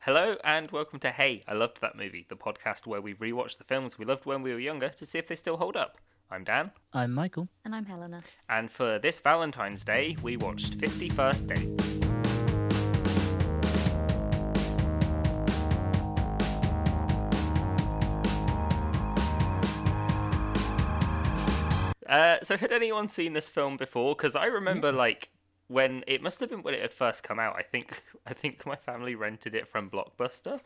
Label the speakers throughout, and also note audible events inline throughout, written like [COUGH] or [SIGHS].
Speaker 1: Hello and welcome to Hey, I Loved That Movie, the podcast where we rewatch the films we loved when we were younger to see if they still hold up. I'm Dan,
Speaker 2: I'm Michael.
Speaker 3: And I'm Helena.
Speaker 1: and for this Valentine's Day, we watched 51st Dates. Uh, so, had anyone seen this film before? Because I remember, like, when it must have been when it had first come out. I think [LAUGHS] I think my family rented it from Blockbuster.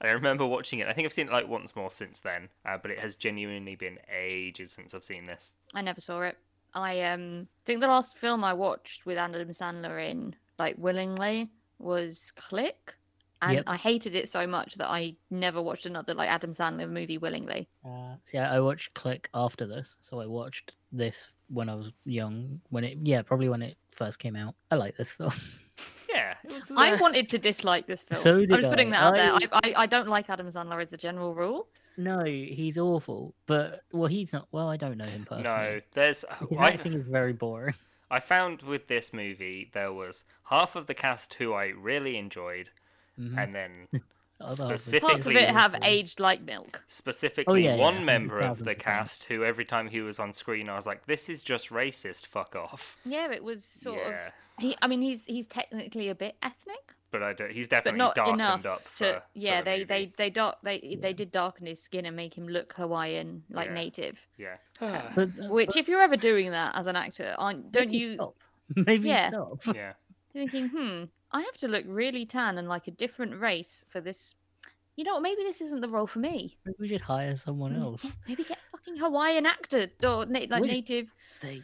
Speaker 1: I remember watching it. I think I've seen it like once more since then, uh, but it has genuinely been ages since I've seen this.
Speaker 3: I never saw it. I um think the last film I watched with Adam Sandler in, like willingly, was Click. And
Speaker 2: Yep.
Speaker 3: I hated it so much that I never watched another like Adam Sandler movie willingly.
Speaker 2: Uh, see, I I watched Click after this, so I watched this when I was young. When it, yeah, probably when it first came out. I like this [LAUGHS] film.
Speaker 1: Yeah, it was,
Speaker 3: I
Speaker 1: uh,
Speaker 3: wanted to dislike this film.
Speaker 2: So
Speaker 3: I'm
Speaker 2: did
Speaker 3: just putting
Speaker 2: I.
Speaker 3: that out there.
Speaker 2: I-
Speaker 3: I, I, I don't like Adam Sandler as a general rule.
Speaker 2: no, he's awful. But well, he's not. Well, I don't know him personally.
Speaker 1: No, there's.
Speaker 2: His
Speaker 1: I,
Speaker 2: acting is very boring.
Speaker 1: I found with this movie there was half of the cast who I really enjoyed,
Speaker 2: Mhm.
Speaker 1: and
Speaker 2: [LAUGHS]
Speaker 1: then
Speaker 2: The Mm-hmm. other half is
Speaker 1: specifically-
Speaker 3: Parts of
Speaker 1: Typically
Speaker 3: it have
Speaker 2: awful.
Speaker 3: aged like milk.
Speaker 1: specifically
Speaker 2: yeah,
Speaker 1: one
Speaker 2: yeah,
Speaker 1: member of the
Speaker 2: 100,000%.
Speaker 1: cast who every time he was on screen I was like, this is just racist. Fuck off.
Speaker 3: Yeah, it was sort
Speaker 1: yeah,
Speaker 3: of. He, I mean, he's he's technically a bit ethnic.
Speaker 1: but I don't, he's definitely
Speaker 3: not
Speaker 1: darkened
Speaker 3: enough
Speaker 1: up for.
Speaker 3: to
Speaker 1: for
Speaker 3: yeah
Speaker 1: the
Speaker 3: they
Speaker 1: movie.
Speaker 3: they they dark they
Speaker 2: Yeah.
Speaker 3: they did darken his skin and make him look hawaiian like
Speaker 1: Yeah.
Speaker 3: native [SIGHS]
Speaker 1: yeah
Speaker 2: But,
Speaker 3: which if you're ever doing that as an actor
Speaker 2: but
Speaker 3: aren't don't
Speaker 2: maybe
Speaker 3: you
Speaker 2: stop. [LAUGHS] Maybe
Speaker 3: Yeah.
Speaker 2: stop.
Speaker 1: yeah.
Speaker 3: you're thinking hmm i have to look really tan and like a different race for this you know what, maybe this isn't the role for me
Speaker 2: Maybe we should hire someone
Speaker 3: Maybe
Speaker 2: else.
Speaker 3: get- maybe get a fucking hawaiian actor or na- like
Speaker 2: Would-
Speaker 3: native
Speaker 2: they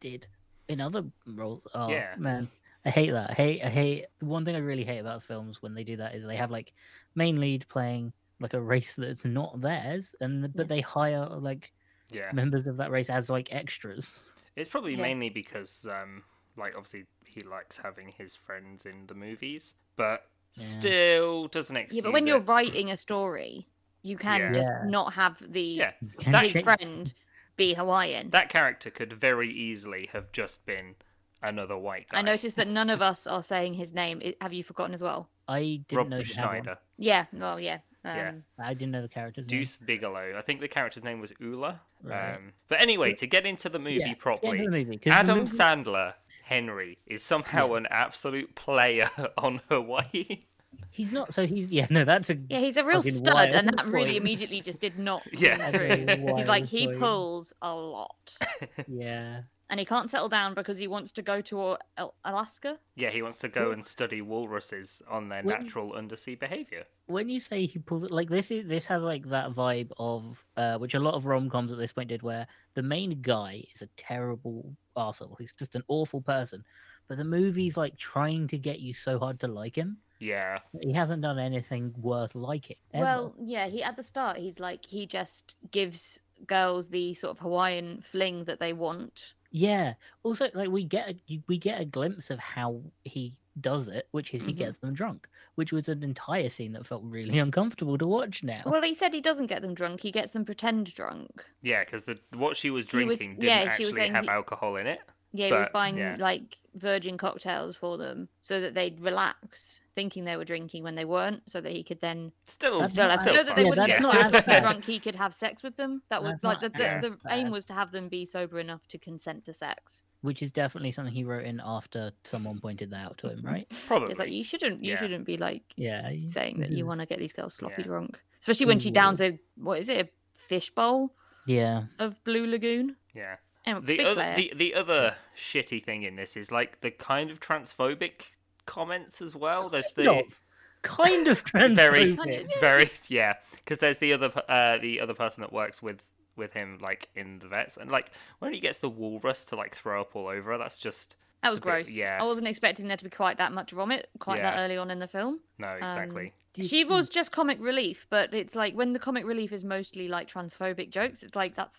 Speaker 2: did in other roles. Oh
Speaker 1: Yeah.
Speaker 2: man, I hate that. I hate. I hate. the One thing I really hate about films when they do that is they have like main lead playing like a race that's not theirs, and the, but
Speaker 3: Yeah.
Speaker 2: they hire like [LAUGHS]
Speaker 1: Yeah.
Speaker 2: members of that race as like extras.
Speaker 1: It's probably
Speaker 3: Yeah.
Speaker 1: mainly because, um, like, obviously he likes having his friends in the movies, but
Speaker 2: Yeah.
Speaker 1: still doesn't excuse
Speaker 3: yeah but when
Speaker 1: it.
Speaker 3: you're writing a story you can
Speaker 1: Yeah.
Speaker 3: just
Speaker 2: Yeah.
Speaker 3: not have the
Speaker 1: Yeah,
Speaker 2: Can
Speaker 1: That
Speaker 2: you
Speaker 1: is
Speaker 2: take-
Speaker 3: his friend be hawaiian
Speaker 1: that character could very easily have just been another white guy.
Speaker 3: i noticed that none of us are saying his name I- have you forgotten as well
Speaker 2: I didn't
Speaker 1: Rob
Speaker 2: know. she had one.
Speaker 1: Schneider,
Speaker 3: Yeah. Well, yeah. Um,
Speaker 1: Yeah.
Speaker 2: I didn't know the characters.
Speaker 1: Deuce Bigelow. I think the character's name was Ula.
Speaker 2: Right.
Speaker 1: Um, but anyway, to get into the movie
Speaker 2: Yeah,
Speaker 1: properly,
Speaker 2: the movie, 'cause the
Speaker 1: Adam
Speaker 2: movie-
Speaker 1: Sandler Henry is somehow an absolute player [LAUGHS] on Hawaii.
Speaker 2: he's not. So he's yeah. No, that's a
Speaker 3: Yeah, he's a real
Speaker 2: Fucking
Speaker 3: stud, and
Speaker 2: wild
Speaker 3: that really
Speaker 2: boy.
Speaker 3: immediately just did not
Speaker 1: [LAUGHS] Yeah.
Speaker 3: yeah. through.
Speaker 2: Fucking
Speaker 3: [LAUGHS] He's like
Speaker 2: wild
Speaker 3: he
Speaker 2: boy.
Speaker 3: pulls a lot,
Speaker 2: yeah.
Speaker 3: and he can't settle down because he wants to go to Al- Al- Alaska.
Speaker 1: Yeah, he wants to go
Speaker 2: Well-
Speaker 1: and study walruses on their
Speaker 2: Well-
Speaker 1: natural undersea behavior.
Speaker 2: when you say he pulls it like this is this has like that vibe of uh which a lot of rom-coms at this point did where the main guy is a terrible arsehole he's just an awful person but the movie's like trying to get you so hard to like him
Speaker 1: Yeah,
Speaker 2: but he hasn't done anything worth liking ever.
Speaker 3: Well, yeah, he at the start he's like he just gives girls the sort of Hawaiian fling that they want.
Speaker 2: yeah also like we get a, you- we get a glimpse of how he does it which is he
Speaker 3: Mhm.
Speaker 2: gets them drunk which was an entire scene that felt really uncomfortable to watch now
Speaker 3: Well, he said he doesn't get them drunk; he gets them pretend drunk.
Speaker 1: yeah, because the what she was
Speaker 3: He was-
Speaker 1: drinking
Speaker 3: yeah,
Speaker 1: didn't
Speaker 3: she was
Speaker 1: actually
Speaker 3: saying
Speaker 1: have
Speaker 3: he-
Speaker 1: alcohol in it.
Speaker 3: Yeah, he was
Speaker 1: But,
Speaker 3: buying
Speaker 1: yeah.
Speaker 3: like virgin cocktails for them so that they'd relax, thinking they were drinking when they weren't, so that he could then
Speaker 1: Still,
Speaker 2: That's
Speaker 3: still
Speaker 1: Oh, still
Speaker 2: not-
Speaker 3: have so that they
Speaker 2: Yeah,
Speaker 3: wouldn't
Speaker 2: that's
Speaker 3: get
Speaker 2: not
Speaker 1: [LAUGHS]
Speaker 3: so
Speaker 2: as bad.
Speaker 3: drunk he could have sex with them. That was
Speaker 2: That's
Speaker 3: like the,
Speaker 2: not
Speaker 3: the,
Speaker 1: as
Speaker 3: the aim
Speaker 2: bad.
Speaker 3: was to have them be sober enough to consent to sex.
Speaker 2: which is definitely something he wrote in after someone pointed that out to
Speaker 3: Mm-hmm.
Speaker 2: him right
Speaker 1: Probably.
Speaker 3: It's like you shouldn't you
Speaker 1: Yeah.
Speaker 3: shouldn't be like
Speaker 2: yeah he-
Speaker 3: saying that you
Speaker 2: Just-
Speaker 3: want to get these girls sloppy
Speaker 1: Yeah.
Speaker 3: drunk, especially when she
Speaker 2: Ooh.
Speaker 3: downs a what is it a fish bowl
Speaker 2: Yeah.
Speaker 3: of Blue Lagoon.
Speaker 1: yeah.
Speaker 3: Anyway,
Speaker 1: The
Speaker 3: big
Speaker 1: other,
Speaker 3: player.
Speaker 1: the, the other shitty thing in this is like the kind of transphobic comments as well. There's the
Speaker 2: Kind of- kind [LAUGHS] of transphobic.
Speaker 1: Very-
Speaker 3: Kind of-
Speaker 1: [LAUGHS] very yeah because there's the other p- uh, the other person that works with with him like in the vets and like when he gets the walrus to like throw up all over her, that's just
Speaker 3: that was
Speaker 1: it's a bit-
Speaker 3: gross.
Speaker 1: yeah.
Speaker 3: I wasn't expecting there to be quite that much vomit quite that
Speaker 1: Yeah.
Speaker 3: early on in the film.
Speaker 1: no exactly
Speaker 2: Did
Speaker 3: She
Speaker 2: you-
Speaker 3: was just comic relief, but it's like when the comic relief is mostly like transphobic jokes, it's like that's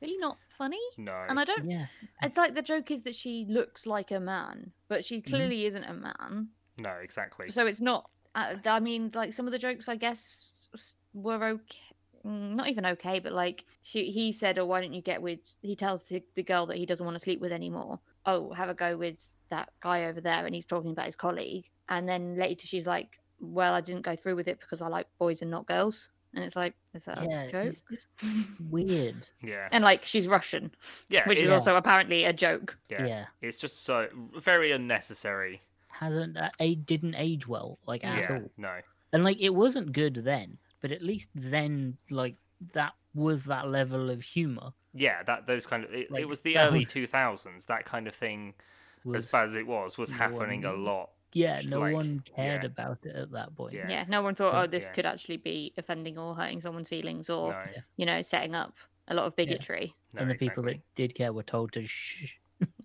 Speaker 3: really not funny.
Speaker 1: no
Speaker 3: And I don't
Speaker 2: Yeah.
Speaker 3: It's like the joke is that she looks like a man, but she
Speaker 2: Mm-hmm.
Speaker 3: clearly isn't a man.
Speaker 1: no exactly
Speaker 3: So it's not. Uh, th- I mean, like some of the jokes, I guess, s- were okay. mm, Not even okay, but like she, he said, "Oh, why don't you get with?" He tells the, the girl that he doesn't want to sleep with anymore. Oh, have a go with that guy over there, and he's talking about his colleague. And then later, she's like, well, I didn't go through with it because I like boys and not girls. And it's like, is that
Speaker 2: yeah,
Speaker 3: a joke?
Speaker 2: it's just weird.
Speaker 1: Yeah.
Speaker 3: And like, she's Russian,
Speaker 1: Yeah.
Speaker 3: which is
Speaker 1: it's-
Speaker 3: also apparently a joke.
Speaker 2: Yeah,
Speaker 1: yeah. It's just so very unnecessary.
Speaker 2: hasn't uh, a didn't age well like at
Speaker 1: yeah.
Speaker 2: all,
Speaker 1: No.
Speaker 2: and like it wasn't good then, but at least then like that was that level of humor
Speaker 1: Yeah. That those kind of it,
Speaker 2: Like,
Speaker 1: it was the
Speaker 2: that
Speaker 1: early
Speaker 2: was-
Speaker 1: two thousands. That kind of thing,
Speaker 2: was
Speaker 1: as bad as it was, was
Speaker 2: no
Speaker 1: happening a
Speaker 2: one-
Speaker 1: lot.
Speaker 2: yeah
Speaker 1: just
Speaker 2: no
Speaker 1: like-
Speaker 2: one cared
Speaker 1: yeah.
Speaker 2: about it at that point.
Speaker 1: Yeah.
Speaker 3: Yeah. no one thought,
Speaker 2: Yeah.
Speaker 3: oh, this
Speaker 1: Yeah.
Speaker 3: could actually be offending or hurting someone's feelings or,
Speaker 1: no.
Speaker 2: Yeah.
Speaker 3: you know, setting up a lot of bigotry.
Speaker 1: no
Speaker 2: and the people
Speaker 1: exactly.
Speaker 2: that did care were told to shh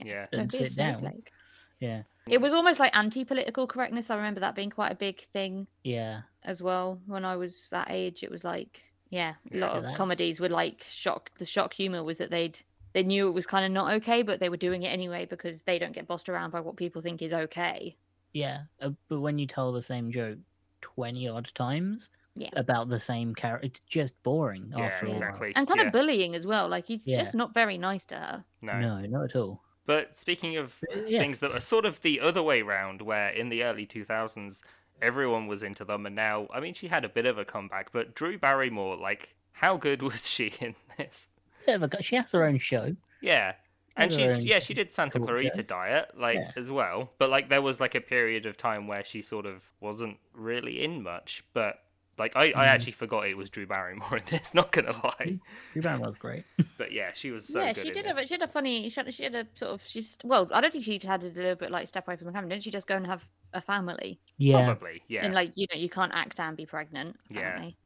Speaker 1: Yeah.
Speaker 2: and
Speaker 3: Don't be a
Speaker 2: sit down.
Speaker 3: snowflake.
Speaker 2: Yeah,
Speaker 3: It was almost like anti political correctness. I remember that being quite a big thing
Speaker 2: yeah,
Speaker 3: as well when I was that age. It was like, yeah, a
Speaker 1: Yeah.
Speaker 3: lot
Speaker 2: Yeah,
Speaker 3: of
Speaker 2: that-
Speaker 3: comedies were like shock. The shock humor was that they'd they knew it was kind of not okay, but they were doing it anyway because they don't get bossed around by what people think is okay.
Speaker 2: yeah. Uh, but when you tell the same joke twenty odd times
Speaker 3: Yeah.
Speaker 2: about the same character, it's just boring.
Speaker 1: Yeah.
Speaker 2: after a while.
Speaker 1: Exactly.
Speaker 3: And kind
Speaker 1: yeah.
Speaker 3: of bullying as well. Like he's
Speaker 2: Yeah.
Speaker 3: just not very nice to her.
Speaker 1: no.
Speaker 2: No, not at all.
Speaker 1: But speaking of
Speaker 2: But, yeah.
Speaker 1: things that are sort of the other way round, where in the early 2000s, everyone was into them, and now, I mean, she had a bit of a comeback, but Drew Barrymore, like, how good [LAUGHS] was she in this?
Speaker 2: Bit of a, she has her own show.
Speaker 1: Yeah. And
Speaker 2: Had her
Speaker 1: she's,
Speaker 2: own
Speaker 1: yeah, she did Santa
Speaker 2: talk
Speaker 1: Clarita
Speaker 2: show.
Speaker 1: Diet, like,
Speaker 2: Yeah.
Speaker 1: as well. But, like, there was, like, a period of time where she sort of wasn't really in much, but. Like I, I
Speaker 2: Mhm.
Speaker 1: actually forgot it was Drew Barrymore in this. [LAUGHS] Not gonna lie,
Speaker 2: Drew Barrymore's
Speaker 1: [LAUGHS]
Speaker 2: great.
Speaker 1: but yeah, she was so
Speaker 3: yeah,
Speaker 1: good.
Speaker 3: she
Speaker 1: in
Speaker 3: did
Speaker 1: this.
Speaker 3: have. a- She had a funny. She had, she had a sort of. She's well. I don't think she had a little bit like step away from the camera. Didn't she just go and have a family?
Speaker 2: Yeah,
Speaker 1: Probably, yeah, [LAUGHS]
Speaker 3: And like [LAUGHS] you know, you can't act and be pregnant.
Speaker 1: Yeah.
Speaker 3: Apparently.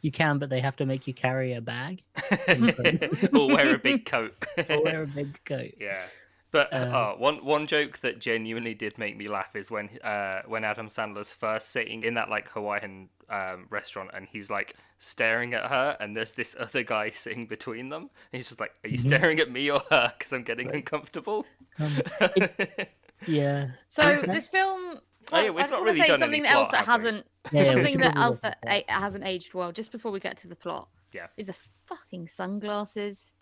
Speaker 2: you can, but they have to make you carry
Speaker 1: [LAUGHS]
Speaker 2: a bag
Speaker 1: or wear a big coat.
Speaker 2: or wear a big coat.
Speaker 1: [LAUGHS] Yeah. But
Speaker 2: Um,
Speaker 3: Uh,
Speaker 1: oh, one one joke that genuinely did make me laugh is when uh, when Adam Sandler's first sitting in that like Hawaiian um, restaurant and he's like staring at her and there's this other guy [LAUGHS] sitting between them. And he's just like, "Are you
Speaker 3: Mm-hmm.
Speaker 2: Mhm.
Speaker 1: staring at me or her? Because I'm getting
Speaker 2: Right.
Speaker 3: [LAUGHS]
Speaker 1: uncomfortable."
Speaker 2: Um, yeah,
Speaker 3: So
Speaker 2: [LAUGHS] Okay.
Speaker 3: this film.
Speaker 1: [LAUGHS] Oh, yeah,
Speaker 3: I
Speaker 1: we've
Speaker 3: just
Speaker 1: not
Speaker 3: wanna
Speaker 1: really
Speaker 3: say
Speaker 1: done any
Speaker 3: something else
Speaker 1: plot,
Speaker 3: that
Speaker 1: have we?
Speaker 3: hasn't
Speaker 2: yeah. we
Speaker 3: something
Speaker 2: should
Speaker 3: that
Speaker 2: probably
Speaker 3: else
Speaker 2: look at
Speaker 3: that a- hasn't aged well. Just before we get to the plot.
Speaker 1: Yeah.
Speaker 3: Is the fucking sunglasses?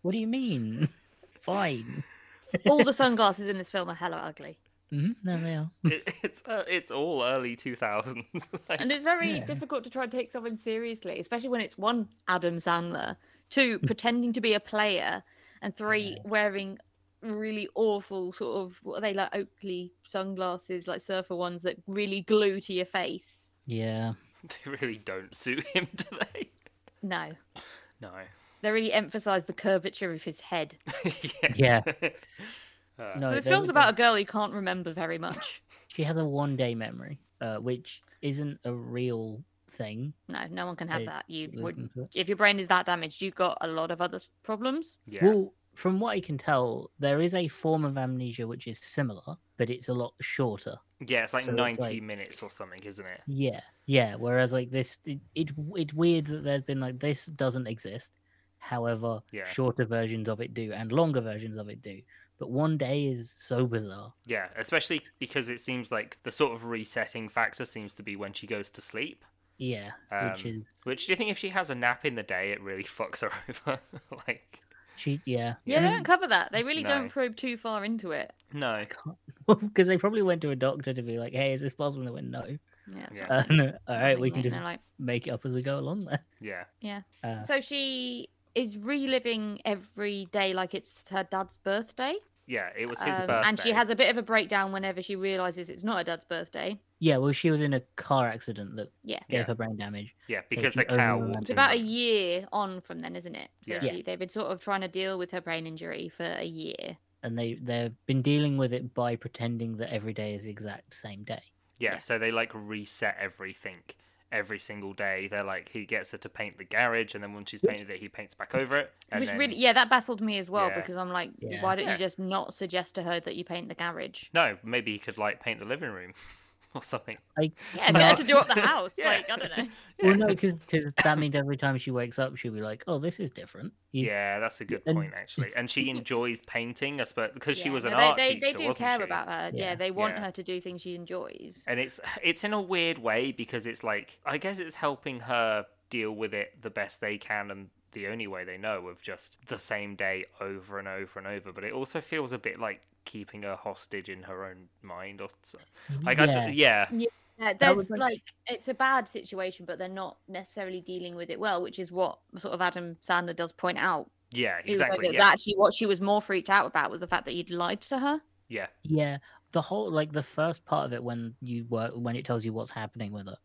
Speaker 2: What do you mean? [LAUGHS] Fine.
Speaker 3: All the sunglasses in this film are hella ugly,
Speaker 2: hmm No, they are.
Speaker 1: [LAUGHS] It- it's uh, it's all early two thousands. [LAUGHS]
Speaker 3: and it's very
Speaker 2: Yeah.
Speaker 3: difficult to try and take something seriously, especially when it's one Adam Sandler,
Speaker 2: [LAUGHS]
Speaker 3: two pretending to be a player, and three wearing really awful sort of what are they like Oakley sunglasses, like surfer ones that really glue to your face.
Speaker 2: Yeah.
Speaker 1: they really don't suit him, do they?
Speaker 3: No,
Speaker 1: No.
Speaker 3: they really emphasise the curvature of his head.
Speaker 1: [LAUGHS]
Speaker 2: Yeah.
Speaker 1: Uh,
Speaker 2: No,
Speaker 3: so this
Speaker 2: they
Speaker 3: film's
Speaker 2: were
Speaker 3: about a girl who can't remember very much.
Speaker 2: She has a one day memory, uh, which isn't a real thing.
Speaker 3: No, no one can have
Speaker 2: Hey,
Speaker 3: that. You
Speaker 2: listen
Speaker 3: would.
Speaker 2: to it.
Speaker 3: If your brain is that damaged, you've got a lot of other problems.
Speaker 1: yeah.
Speaker 2: Well, from what I can tell, there is a form of amnesia which is similar, but it's a lot shorter.
Speaker 1: Yeah, it's like
Speaker 2: So it's
Speaker 1: 90
Speaker 2: like-
Speaker 1: minutes or something, isn't it?
Speaker 2: Yeah, yeah. Whereas like this, it, it it's weird that there's been like this doesn't exist. However,
Speaker 1: Yeah.
Speaker 2: shorter versions of it do, and longer versions of it do. But one day is so bizarre.
Speaker 1: Yeah, especially because it seems like the sort of resetting factor seems to be when she goes to sleep.
Speaker 2: Yeah, which
Speaker 1: Um,
Speaker 2: is
Speaker 1: Which do you think if she has a nap in the day, it really [LAUGHS] fucks her over? like,
Speaker 2: she. Yeah, [LAUGHS]
Speaker 3: Yeah, they don't cover that. They really
Speaker 1: No.
Speaker 3: don't probe too far into it.
Speaker 1: no,
Speaker 2: because they probably went to a doctor to be like, "Hey, is this possible?" And they
Speaker 1: [LAUGHS]
Speaker 2: went, "No."
Speaker 3: Yeah. that's
Speaker 1: Yeah.
Speaker 3: what
Speaker 2: Uh, no. [LAUGHS] All
Speaker 3: I'm
Speaker 2: right, we can
Speaker 3: thinking,
Speaker 2: just
Speaker 3: they're like,
Speaker 2: make it up as we go along. Then. [LAUGHS]
Speaker 1: yeah,
Speaker 2: Uh,
Speaker 3: so she is reliving every day like it's her dad's birthday.
Speaker 1: yeah. It was his
Speaker 3: um,
Speaker 1: birthday,
Speaker 3: And she has a bit of a breakdown whenever she realizes it's not her dad's birthday.
Speaker 2: yeah, well, she was in a car accident that
Speaker 3: Yeah.
Speaker 2: gave
Speaker 1: Yeah.
Speaker 2: her brain damage.
Speaker 1: yeah,
Speaker 2: she
Speaker 1: because a
Speaker 2: only
Speaker 1: cow
Speaker 2: remembers-
Speaker 1: walked
Speaker 3: It's
Speaker 2: Yeah.
Speaker 1: in
Speaker 3: about a
Speaker 1: the-
Speaker 3: year on from then, isn't it? So
Speaker 1: Yeah.
Speaker 2: Yeah.
Speaker 3: she, they've been sort of trying to deal with her brain injury for a year.
Speaker 2: and they they've been dealing with it by pretending that every day is the exact same day.
Speaker 1: Yeah,
Speaker 3: yeah.
Speaker 1: so they like reset everything every single day. They're like, he gets her to paint the garage, and then when she's
Speaker 2: Which-
Speaker 1: painted it, he paints back over it. And
Speaker 3: Which
Speaker 1: then...
Speaker 3: really, yeah, that baffled me as well
Speaker 1: Yeah.
Speaker 3: because I'm like,
Speaker 2: Yeah.
Speaker 3: why don't
Speaker 1: Yeah.
Speaker 3: you just not suggest to her that you paint the garage?
Speaker 1: No, maybe he could like paint the living room [LAUGHS] or something.
Speaker 3: Yeah,
Speaker 2: No.
Speaker 3: get her to do up
Speaker 1: [LAUGHS]
Speaker 3: the house.
Speaker 1: Yeah.
Speaker 3: Like, I
Speaker 1: [LAUGHS]
Speaker 3: don't know.
Speaker 2: Well, no, because that means every time she wakes up, she'll be like, "Oh, this is different." You-
Speaker 1: Yeah, that's a good
Speaker 2: and-
Speaker 1: point actually. And
Speaker 2: [LAUGHS]
Speaker 1: she enjoys painting, I suppose, because she
Speaker 3: Yeah.
Speaker 1: was
Speaker 3: No,
Speaker 1: an
Speaker 3: they,
Speaker 1: art
Speaker 3: they,
Speaker 1: teacher,
Speaker 3: They do
Speaker 1: wasn't
Speaker 3: care
Speaker 1: she?
Speaker 3: about her. Yeah,
Speaker 2: Yeah.
Speaker 3: they want
Speaker 1: Yeah.
Speaker 3: her to do things she enjoys.
Speaker 1: And it's it's in a weird way because it's like I guess it's helping her deal with it the best they can and the only way they know of just the same day over and over and over. But it also feels a bit like keeping her hostage in her own mind or so- like yeah. I d- yeah
Speaker 3: Yeah, Uh, there's
Speaker 2: was
Speaker 3: like,
Speaker 2: like-
Speaker 3: it's a bad situation, but they're not necessarily dealing with it well, which is what sort of Adam Sandler does point out.
Speaker 1: yeah
Speaker 3: He was like,
Speaker 1: exactly
Speaker 3: that-
Speaker 1: yeah
Speaker 3: Actually, what she was more freaked out about was the fact that you'd lied to her.
Speaker 1: yeah
Speaker 2: Yeah, the whole like the first part of it when you work when it tells you what's happening with her,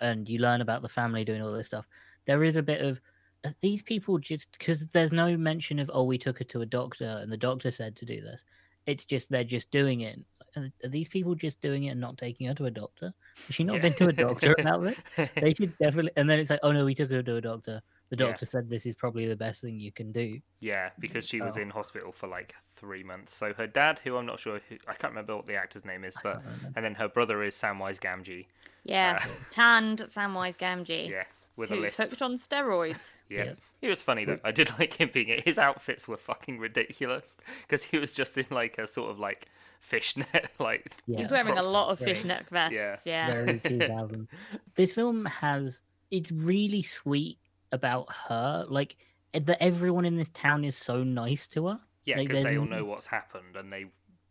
Speaker 2: and you learn about the family doing all this stuff. There is a bit of "Are these people just because there's no mention of oh we took her to a doctor and the doctor said to do this. It's just they're just doing it. Are are these people just doing it and not taking her to a doctor? Has she not
Speaker 1: Yeah.
Speaker 2: been to
Speaker 1: [LAUGHS]
Speaker 2: a doctor about this? They should definitely. And then it's like, oh no, we took her to a doctor. The
Speaker 1: Yeah.
Speaker 2: doctor said this is probably the best thing you can do.
Speaker 1: Yeah, because she was
Speaker 2: Oh.
Speaker 1: in hospital for like three months. So her dad, who I'm not sure, who, I can't remember what the actor's name is,
Speaker 2: I
Speaker 1: but
Speaker 2: can't remember.
Speaker 1: and then her brother is Samwise Gamgee.
Speaker 3: Yeah,
Speaker 2: [LAUGHS]
Speaker 1: Uh,
Speaker 3: tanned Samwise Gamgee,
Speaker 1: [LAUGHS] yeah, with a
Speaker 3: who's
Speaker 1: lisp.
Speaker 3: hooked on steroids.
Speaker 1: Yeah.
Speaker 2: Yeah.
Speaker 1: he was funny though. I did [LAUGHS] like him being it. His outfits were fucking ridiculous because he was just in like a sort of like fishnet, [LAUGHS] like
Speaker 2: Yeah.
Speaker 3: He's wearing a
Speaker 1: cropped-
Speaker 3: lot of
Speaker 2: Right.
Speaker 3: fishnet vests. Yeah.
Speaker 1: [LAUGHS]
Speaker 2: very 2000. this film has it's really sweet about her like eh, that everyone in this town is so nice to her
Speaker 1: Yeah,
Speaker 2: Like,
Speaker 1: because
Speaker 2: they-
Speaker 1: they all know what's happened and they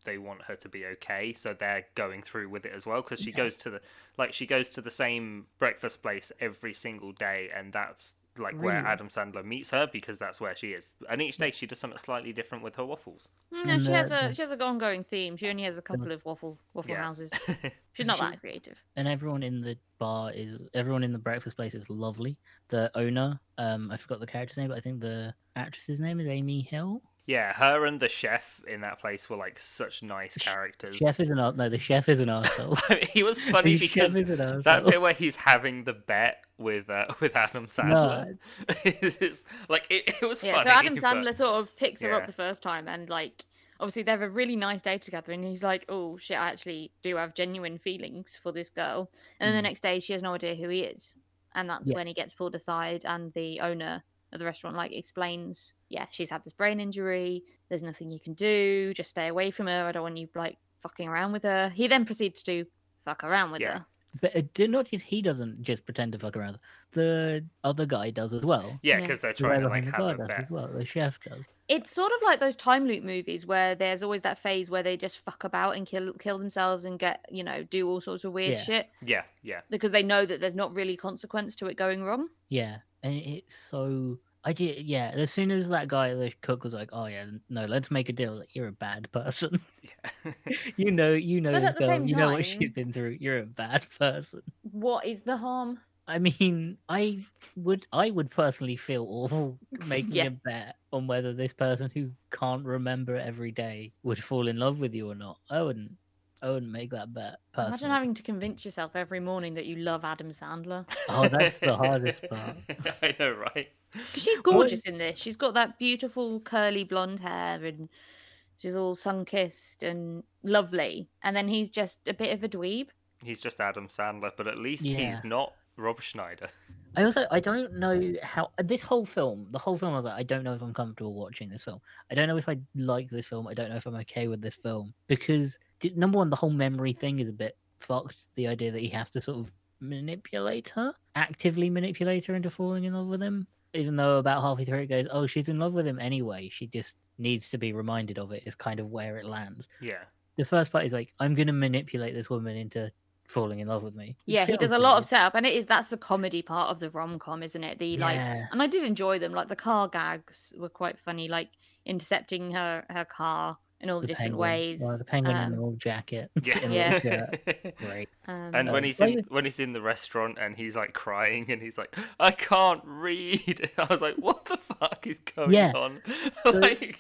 Speaker 1: they want her to be okay, so they're going through with it as well. Because she goes to the like she goes to the same breakfast place every single day, and that's like where
Speaker 2: Really?
Speaker 1: Adam Sandler meets her because that's where she is. And each day she does something slightly different with her waffles. [LAUGHS]
Speaker 3: Mm, No, she has
Speaker 2: And, uh,
Speaker 3: a she has an ongoing theme. She only has a couple of waffle waffle
Speaker 1: Yeah.
Speaker 3: houses. She's not
Speaker 2: She-
Speaker 3: that creative.
Speaker 2: and everyone in the bar is everyone in the breakfast place is lovely the owner um i forgot the character's name but i think the actress's name is amy hill
Speaker 1: yeah, her and the chef in that place were like such nice
Speaker 2: Sh-
Speaker 1: characters. [LAUGHS]
Speaker 2: chef is an art no the chef is an asshole
Speaker 1: he was
Speaker 2: [LAUGHS]
Speaker 1: funny because
Speaker 2: chef is an asshole.
Speaker 1: That bit where he's having the bet with uh, [LAUGHS] with Adam Sandler, [LAUGHS] is like it, it was
Speaker 3: Yeah.
Speaker 1: funny.
Speaker 3: so
Speaker 1: [LAUGHS]
Speaker 3: Adam
Speaker 1: but-
Speaker 3: Sandler sort of picks her
Speaker 1: yeah.
Speaker 3: up the first time and like obviously they have a really nice day together and he's like, Oh shit, I actually do have genuine feelings for this girl. And then the
Speaker 2: Mm.
Speaker 3: next day she has no idea who he is. And that's
Speaker 2: Yeah.
Speaker 3: when he gets pulled aside and the owner of the restaurant like explains, Yeah, she's had this brain injury, there's nothing you can do, just stay away from her. I don't want you like fucking around with her. He then proceeds to fuck around with
Speaker 1: Yeah.
Speaker 3: her.
Speaker 2: but uh, do- not just he doesn't just pretend to fuck around the other guy does as well
Speaker 1: Yeah,
Speaker 3: Yeah.
Speaker 1: because they're
Speaker 2: The guy
Speaker 1: trying to like
Speaker 2: behind the
Speaker 1: have
Speaker 2: bar
Speaker 1: a
Speaker 2: does
Speaker 1: bet.
Speaker 2: as well the chef does
Speaker 3: It's sort of like those time loop movies where there's always that phase where they just fuck about and kill kill themselves and get you know do all sorts of weird
Speaker 2: Yeah.
Speaker 3: shit
Speaker 1: Yeah, yeah, [LAUGHS]
Speaker 3: because they know that there's not really consequence to it going wrong.
Speaker 2: Yeah, and it's so I did. Yeah, as soon as that guy, the cook, was like, "Oh yeah, no, let's make a deal. Like, you're a bad person. [LAUGHS]
Speaker 1: yeah.
Speaker 2: you know, you know
Speaker 3: But
Speaker 2: this
Speaker 3: at the
Speaker 2: girl.
Speaker 3: same
Speaker 2: You know what she's
Speaker 3: time-
Speaker 2: been through. You're a bad [LAUGHS] person."
Speaker 3: What is the harm?
Speaker 2: I mean, I would, I would personally feel awful
Speaker 3: [LAUGHS]
Speaker 2: making
Speaker 3: Yeah.
Speaker 2: a bet on whether this person who can't remember every day would fall in love with you or not. I wouldn't. I wouldn't make that bet
Speaker 3: Imagine
Speaker 2: personally.
Speaker 3: having to convince yourself every morning that you love Adam [LAUGHS] Sandler
Speaker 2: Oh, that's the hardest part.
Speaker 1: [LAUGHS] I know, right?
Speaker 3: because she's
Speaker 2: Well,
Speaker 3: gorgeous in this. She's got that beautiful curly blonde hair and she's all sun kissed and lovely. And then he's just a bit of a dweeb.
Speaker 1: He's just Adam Sandler, but at least
Speaker 2: Yeah.
Speaker 1: he's not Rob Schneider. [LAUGHS]
Speaker 2: I also I don't know how this whole film, the whole film, I was like, I don't know if I'm comfortable watching this film. I don't know if I like this film. I don't know if I'm okay with this film because d- number one, the whole memory thing is a bit fucked. The idea that he has to sort of manipulate her, actively manipulate her into falling in love with him, even though about halfway through it goes, oh, she's in love with him anyway. She just needs to be reminded of it. Is kind of where it lands.
Speaker 1: Yeah,
Speaker 2: The first part is like, I'm going to manipulate this woman into falling in love with me. It
Speaker 3: Yeah, he
Speaker 2: feels
Speaker 3: does a lot
Speaker 2: good.
Speaker 3: of setup, and it is that's the comedy part of the rom com, isn't it? The like,
Speaker 2: Yeah.
Speaker 3: and I did enjoy them. Like the car gags were quite funny, like intercepting her her car in all the, different
Speaker 2: penguin.
Speaker 3: ways.
Speaker 2: Oh, the penguin in
Speaker 3: um,
Speaker 2: an old jacket. [LAUGHS]
Speaker 1: yeah,
Speaker 2: In
Speaker 3: Yeah.
Speaker 2: [LAUGHS]
Speaker 1: [LAUGHS]
Speaker 2: Great.
Speaker 3: um,
Speaker 1: And when
Speaker 2: Um,
Speaker 1: he's
Speaker 2: well,
Speaker 1: in
Speaker 2: you-
Speaker 1: when he's in the restaurant and he's like crying and he's like, I can't read. [LAUGHS] I was like, what the fuck is going
Speaker 2: Yeah.
Speaker 1: on? [LAUGHS]
Speaker 2: So-
Speaker 1: like,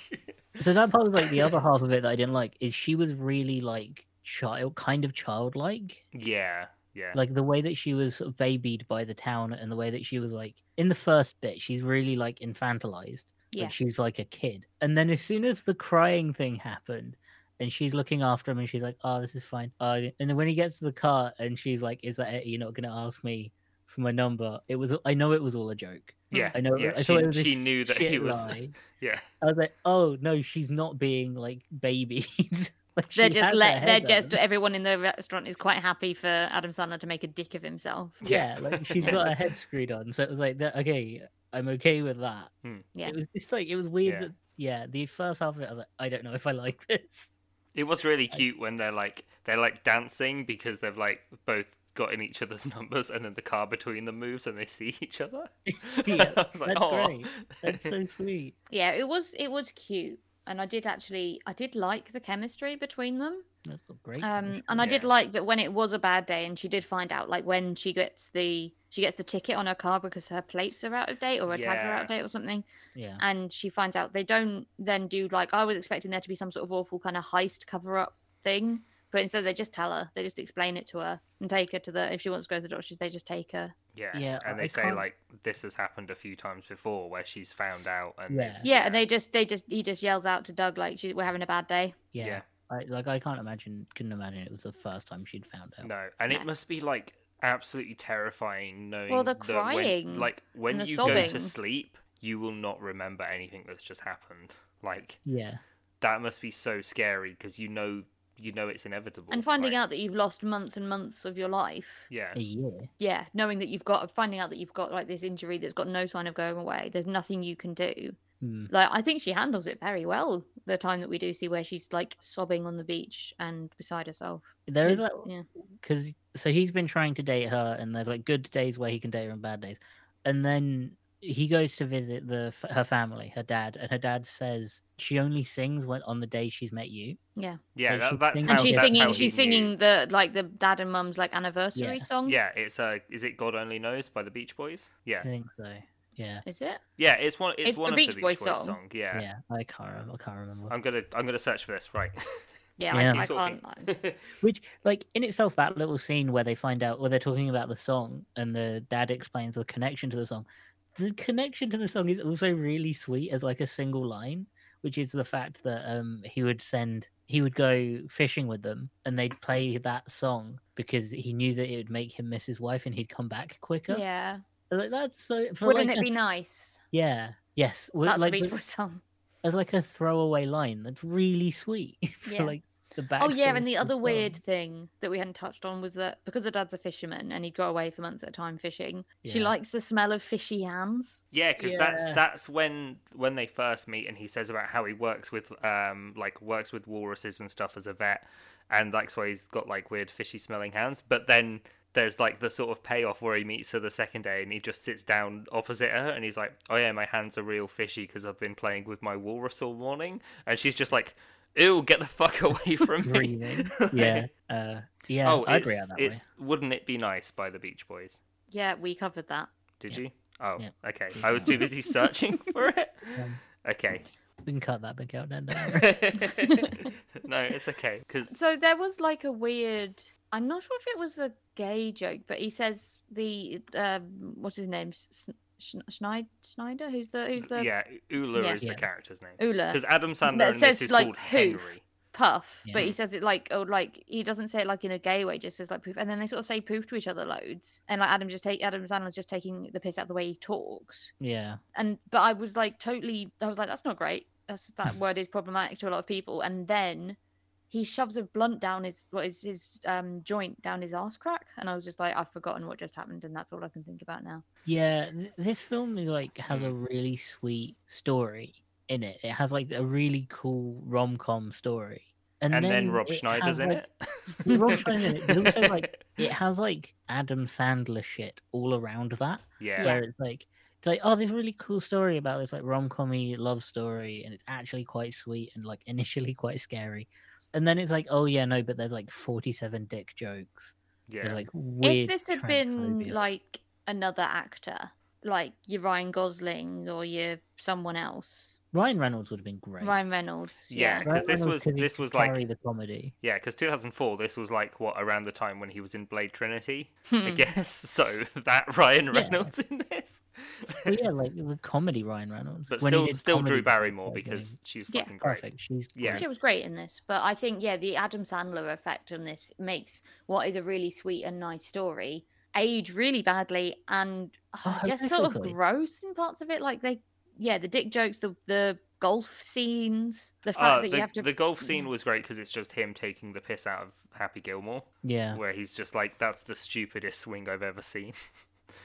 Speaker 2: So that part was like the other half of it that I didn't like is she was really like child, kind of childlike,
Speaker 1: [LAUGHS] yeah, yeah,
Speaker 2: like the way that she was sort of babied by the town and the way that she was like in the first bit, she's really like infantilized.
Speaker 3: yeah,
Speaker 2: Like she's like a kid. And then as soon as the crying thing happened, and she's looking after him and she's like, Oh, this is fine. Uh, and then when he gets to the car and she's like, Is that it? You're not gonna ask me for my number. It was I know it was all a joke.
Speaker 1: yeah.
Speaker 2: I know-
Speaker 1: Yeah,
Speaker 2: I
Speaker 1: she,
Speaker 2: thought it was a
Speaker 1: she knew that he
Speaker 2: Shit
Speaker 1: was.
Speaker 2: lie.
Speaker 1: Yeah,
Speaker 2: I was like, oh no, she's not being like babied. [LAUGHS] like,
Speaker 3: they're
Speaker 2: she
Speaker 3: just
Speaker 2: has
Speaker 3: let
Speaker 2: her
Speaker 3: they're
Speaker 2: head
Speaker 3: just
Speaker 2: up.
Speaker 3: everyone in the restaurant is quite happy for Adam Sandler to make a dick of himself.
Speaker 1: Yeah.
Speaker 2: yeah, like she's got her head screwed on. So it was like, that, okay, I'm okay with that.
Speaker 1: Hmm.
Speaker 3: Yeah.
Speaker 2: It was just like it was weird
Speaker 1: Yeah.
Speaker 2: that yeah, the first half of it I was like, I don't know if I like [LAUGHS] this.
Speaker 1: It was really cute when they're like they're like dancing because they've like both got in each other's [LAUGHS] numbers and then the car between them moves and they see [LAUGHS] each other.
Speaker 2: [LAUGHS] Yeah,
Speaker 1: [LAUGHS] I was like,
Speaker 2: That's
Speaker 1: "Aw."
Speaker 2: great. That's so sweet.
Speaker 3: Yeah, it was it was cute, and I did actually I did like the chemistry between them.
Speaker 2: That's got great.
Speaker 3: Um,
Speaker 2: chemistry.
Speaker 3: and I did
Speaker 1: Yeah.
Speaker 3: like that when it was a bad day, and she did find out like when she gets the she gets the ticket on her car because her plates are out of date or her tags are out
Speaker 1: Yeah.
Speaker 3: of date or something,
Speaker 2: yeah.
Speaker 3: and she finds out they don't then do like I was expecting there to be some sort of awful kind of heist cover up thing, but instead they just tell her they just explain it to her and take her to the if she wants to go to the doctor they just take her.
Speaker 1: [LAUGHS] Yeah.
Speaker 2: Yeah, I-
Speaker 1: and they
Speaker 2: I
Speaker 1: say
Speaker 2: can't-
Speaker 1: like this has happened a few times before where she's found out and
Speaker 2: Yeah.
Speaker 1: they've-
Speaker 3: Yeah, and they just they just he just yells out to Doug like she, we're having a bad day.
Speaker 2: Yeah. I, like I can't imagine couldn't imagine it was the first time she'd found out.
Speaker 1: No, and
Speaker 3: No.
Speaker 1: it must be like absolutely terrifying knowing.
Speaker 3: the
Speaker 1: that
Speaker 3: crying
Speaker 1: when, like when
Speaker 3: the
Speaker 1: you go
Speaker 3: sobbing.
Speaker 1: to sleep, you will not remember anything that's just happened. Like
Speaker 2: Yeah.
Speaker 1: that must be so scary because you know you know it's inevitable.
Speaker 3: And finding
Speaker 1: like,
Speaker 3: out that you've lost months and months of your life.
Speaker 1: yeah,
Speaker 2: A year.
Speaker 3: Yeah, knowing that you've got finding out that you've got like this injury that's got no sign of going away. There's nothing you can do.
Speaker 2: Hmm.
Speaker 3: Like I think she handles it very well. The time that we do see where she's like sobbing on the beach and beside herself.
Speaker 2: There is
Speaker 3: It's-
Speaker 2: that
Speaker 3: yeah.
Speaker 2: because so he's been trying to date her, and there's like good days where he can date her and bad days, and then he goes to visit the f- her family, her dad, and her dad says she only sings when on the day she's met you.
Speaker 1: yeah.
Speaker 2: They should
Speaker 1: That, that's
Speaker 2: think
Speaker 1: how,
Speaker 3: And she's
Speaker 1: that's
Speaker 3: singing
Speaker 1: how
Speaker 3: she's
Speaker 1: he knew.
Speaker 3: singing the like the dad and mum's like anniversary
Speaker 2: Yeah.
Speaker 3: song.
Speaker 1: Yeah, it's uh, is it God Only Knows by the Beach Boys?
Speaker 2: I
Speaker 1: Yeah,
Speaker 2: think so. Yeah,
Speaker 3: Is it?
Speaker 1: yeah. It's one. It's,
Speaker 3: It's the
Speaker 1: one of
Speaker 3: Beach
Speaker 1: the Beach
Speaker 3: Boys
Speaker 1: Boys
Speaker 3: song.
Speaker 1: song.
Speaker 2: yeah.
Speaker 1: Yeah.
Speaker 2: I can't remember. I can't remember.
Speaker 1: I'm gonna I'm gonna search for this. Right. [LAUGHS]
Speaker 3: Yeah,
Speaker 2: Yeah.
Speaker 3: I, I
Speaker 1: Keep talking.
Speaker 3: can't. I-
Speaker 1: [LAUGHS]
Speaker 2: Which, like in itself, that little scene where they find out, where they're talking about the song, and the dad explains the connection to the song. The connection to the song is also really sweet as like a single line, which is the fact that um he would send he would go fishing with them, and they'd play that song because he knew that it would make him miss his wife, and he'd come back quicker.
Speaker 3: yeah.
Speaker 2: Like that's so. For
Speaker 3: Wouldn't
Speaker 2: like
Speaker 3: it
Speaker 1: uh,
Speaker 2: a-
Speaker 3: be nice?
Speaker 2: Yeah. Yes. w-
Speaker 3: That's
Speaker 2: like
Speaker 3: the Beach
Speaker 2: the-
Speaker 3: Boys song.
Speaker 2: as like a throwaway line. That's really sweet [LAUGHS] for
Speaker 3: Yeah.
Speaker 2: like the back.
Speaker 3: Oh yeah, and the other weird thing that we hadn't touched on was that because her dad's a fisherman and he got away for months at a time fishing, she
Speaker 2: Yeah.
Speaker 3: likes the smell of fishy hands.
Speaker 1: Yeah, because
Speaker 2: Yeah.
Speaker 1: that's that's when when they first meet, and he says about how he works with um like works with walruses and stuff as a vet, and that's why he's got like weird fishy smelling hands. But then there's like the sort of payoff where he meets her the second day, and he just sits down opposite her, and he's like, "Oh yeah, my hands are real fishy because I've been playing with my walrus all morning," and she's just like, "Ew, get the
Speaker 2: [LAUGHS]
Speaker 1: fuck away from me!" [LAUGHS]
Speaker 2: Screaming. yeah. Uh, yeah.
Speaker 1: oh,
Speaker 2: I'd
Speaker 1: it's,
Speaker 2: react that way.
Speaker 1: it's wouldn't it be nice by the Beach Boys?
Speaker 3: Yeah, we covered that.
Speaker 1: Did
Speaker 2: Yeah.
Speaker 1: you? Oh,
Speaker 2: Yeah. [LAUGHS]
Speaker 1: okay.
Speaker 2: We
Speaker 1: I was
Speaker 2: can.
Speaker 1: too busy searching for it.
Speaker 2: Um,
Speaker 1: Okay. [LAUGHS]
Speaker 2: We can cut that back out then. don't worry.
Speaker 1: no, it's okay. Because
Speaker 3: So there was like a weird. I'm not sure if it was a gay joke, but he says the um, what's his name S- Schn- Schneid Schneider, who's the who's the
Speaker 1: Mm, yeah, Ula
Speaker 3: Yeah.
Speaker 1: is the
Speaker 2: Yeah.
Speaker 1: character's name.
Speaker 3: Ula
Speaker 1: Because Adam
Speaker 3: But it
Speaker 1: Sandler in
Speaker 3: says,
Speaker 1: this is
Speaker 3: like,
Speaker 1: called
Speaker 3: hoof.
Speaker 1: Henry.
Speaker 3: Puff, but
Speaker 2: Yeah.
Speaker 3: he says it like oh like he doesn't say it like in a gay way, just says like poof, and then they sort of say poof to each other loads, and like Adam just take Adam Sandler's just taking the piss out of the way he talks.
Speaker 2: [LAUGHS] yeah.
Speaker 3: and but I was like totally I was like that's not great that's
Speaker 2: [LAUGHS]
Speaker 3: that word is problematic to a lot of people and then he shoves a blunt down his what is his um joint down his ass crack and I was just like I've forgotten what just happened and that's all I can think about now
Speaker 2: Yeah. th- This film is like has a really sweet story in it. It has like a really cool rom com story. And,
Speaker 1: And then, Rob
Speaker 2: it
Speaker 1: Schneider's
Speaker 2: has,
Speaker 1: in
Speaker 2: like-
Speaker 1: it.
Speaker 2: Well, Rob Schneider's in it, but also, like, It has like Adam Sandler shit all around that.
Speaker 1: [LAUGHS] yeah.
Speaker 2: where it's like it's like oh there's a really cool story about this like rom-commy love story and it's actually quite sweet and like [LAUGHS] initially quite scary and then it's like oh yeah no but there's like 47 dick jokes
Speaker 1: Yeah.
Speaker 2: there's like weird
Speaker 3: if this had been
Speaker 2: transphobia.
Speaker 3: like another actor like your Ryan Gosling or your someone else
Speaker 2: ryan reynolds would have been great
Speaker 3: Ryan Reynolds
Speaker 1: Yeah,
Speaker 3: yeah
Speaker 1: 'cause this
Speaker 2: Reynolds,
Speaker 1: was-
Speaker 2: 'cause he
Speaker 1: this
Speaker 2: could
Speaker 1: was, like-
Speaker 2: carry the comedy
Speaker 1: yeah, because 2004, this was like what around the time when he was in Blade Trinity, I
Speaker 3: Hmm.
Speaker 1: guess. [LAUGHS] So that Ryan Reynolds in this,
Speaker 2: Well, yeah like the comedy ryan
Speaker 1: [LAUGHS]
Speaker 2: reynolds
Speaker 1: but
Speaker 2: When he
Speaker 1: still,
Speaker 2: did
Speaker 1: still
Speaker 2: comedy
Speaker 1: Drew
Speaker 2: with
Speaker 1: Barrymore
Speaker 2: Ryan
Speaker 1: because
Speaker 2: Reynolds,
Speaker 1: she's
Speaker 3: Yeah.
Speaker 1: fucking great.
Speaker 2: perfect she's
Speaker 1: Yeah.
Speaker 2: great.
Speaker 3: She was great in this, but I think yeah, the Adam Sandler effect on this makes what is a really sweet and nice story age really badly and
Speaker 2: Oh,
Speaker 3: ah, just sort of
Speaker 2: horrifically.
Speaker 3: gross in parts of it. Like they, yeah, the dick jokes, the the golf scenes, the fact
Speaker 1: Uh,
Speaker 3: that
Speaker 1: the,
Speaker 3: you have to. Hmm.
Speaker 1: the golf
Speaker 3: yeah.
Speaker 1: scene was great because it's just him taking the piss out of Happy Gilmore.
Speaker 2: yeah
Speaker 1: where he's just like, "That's the stupidest swing I've ever seen."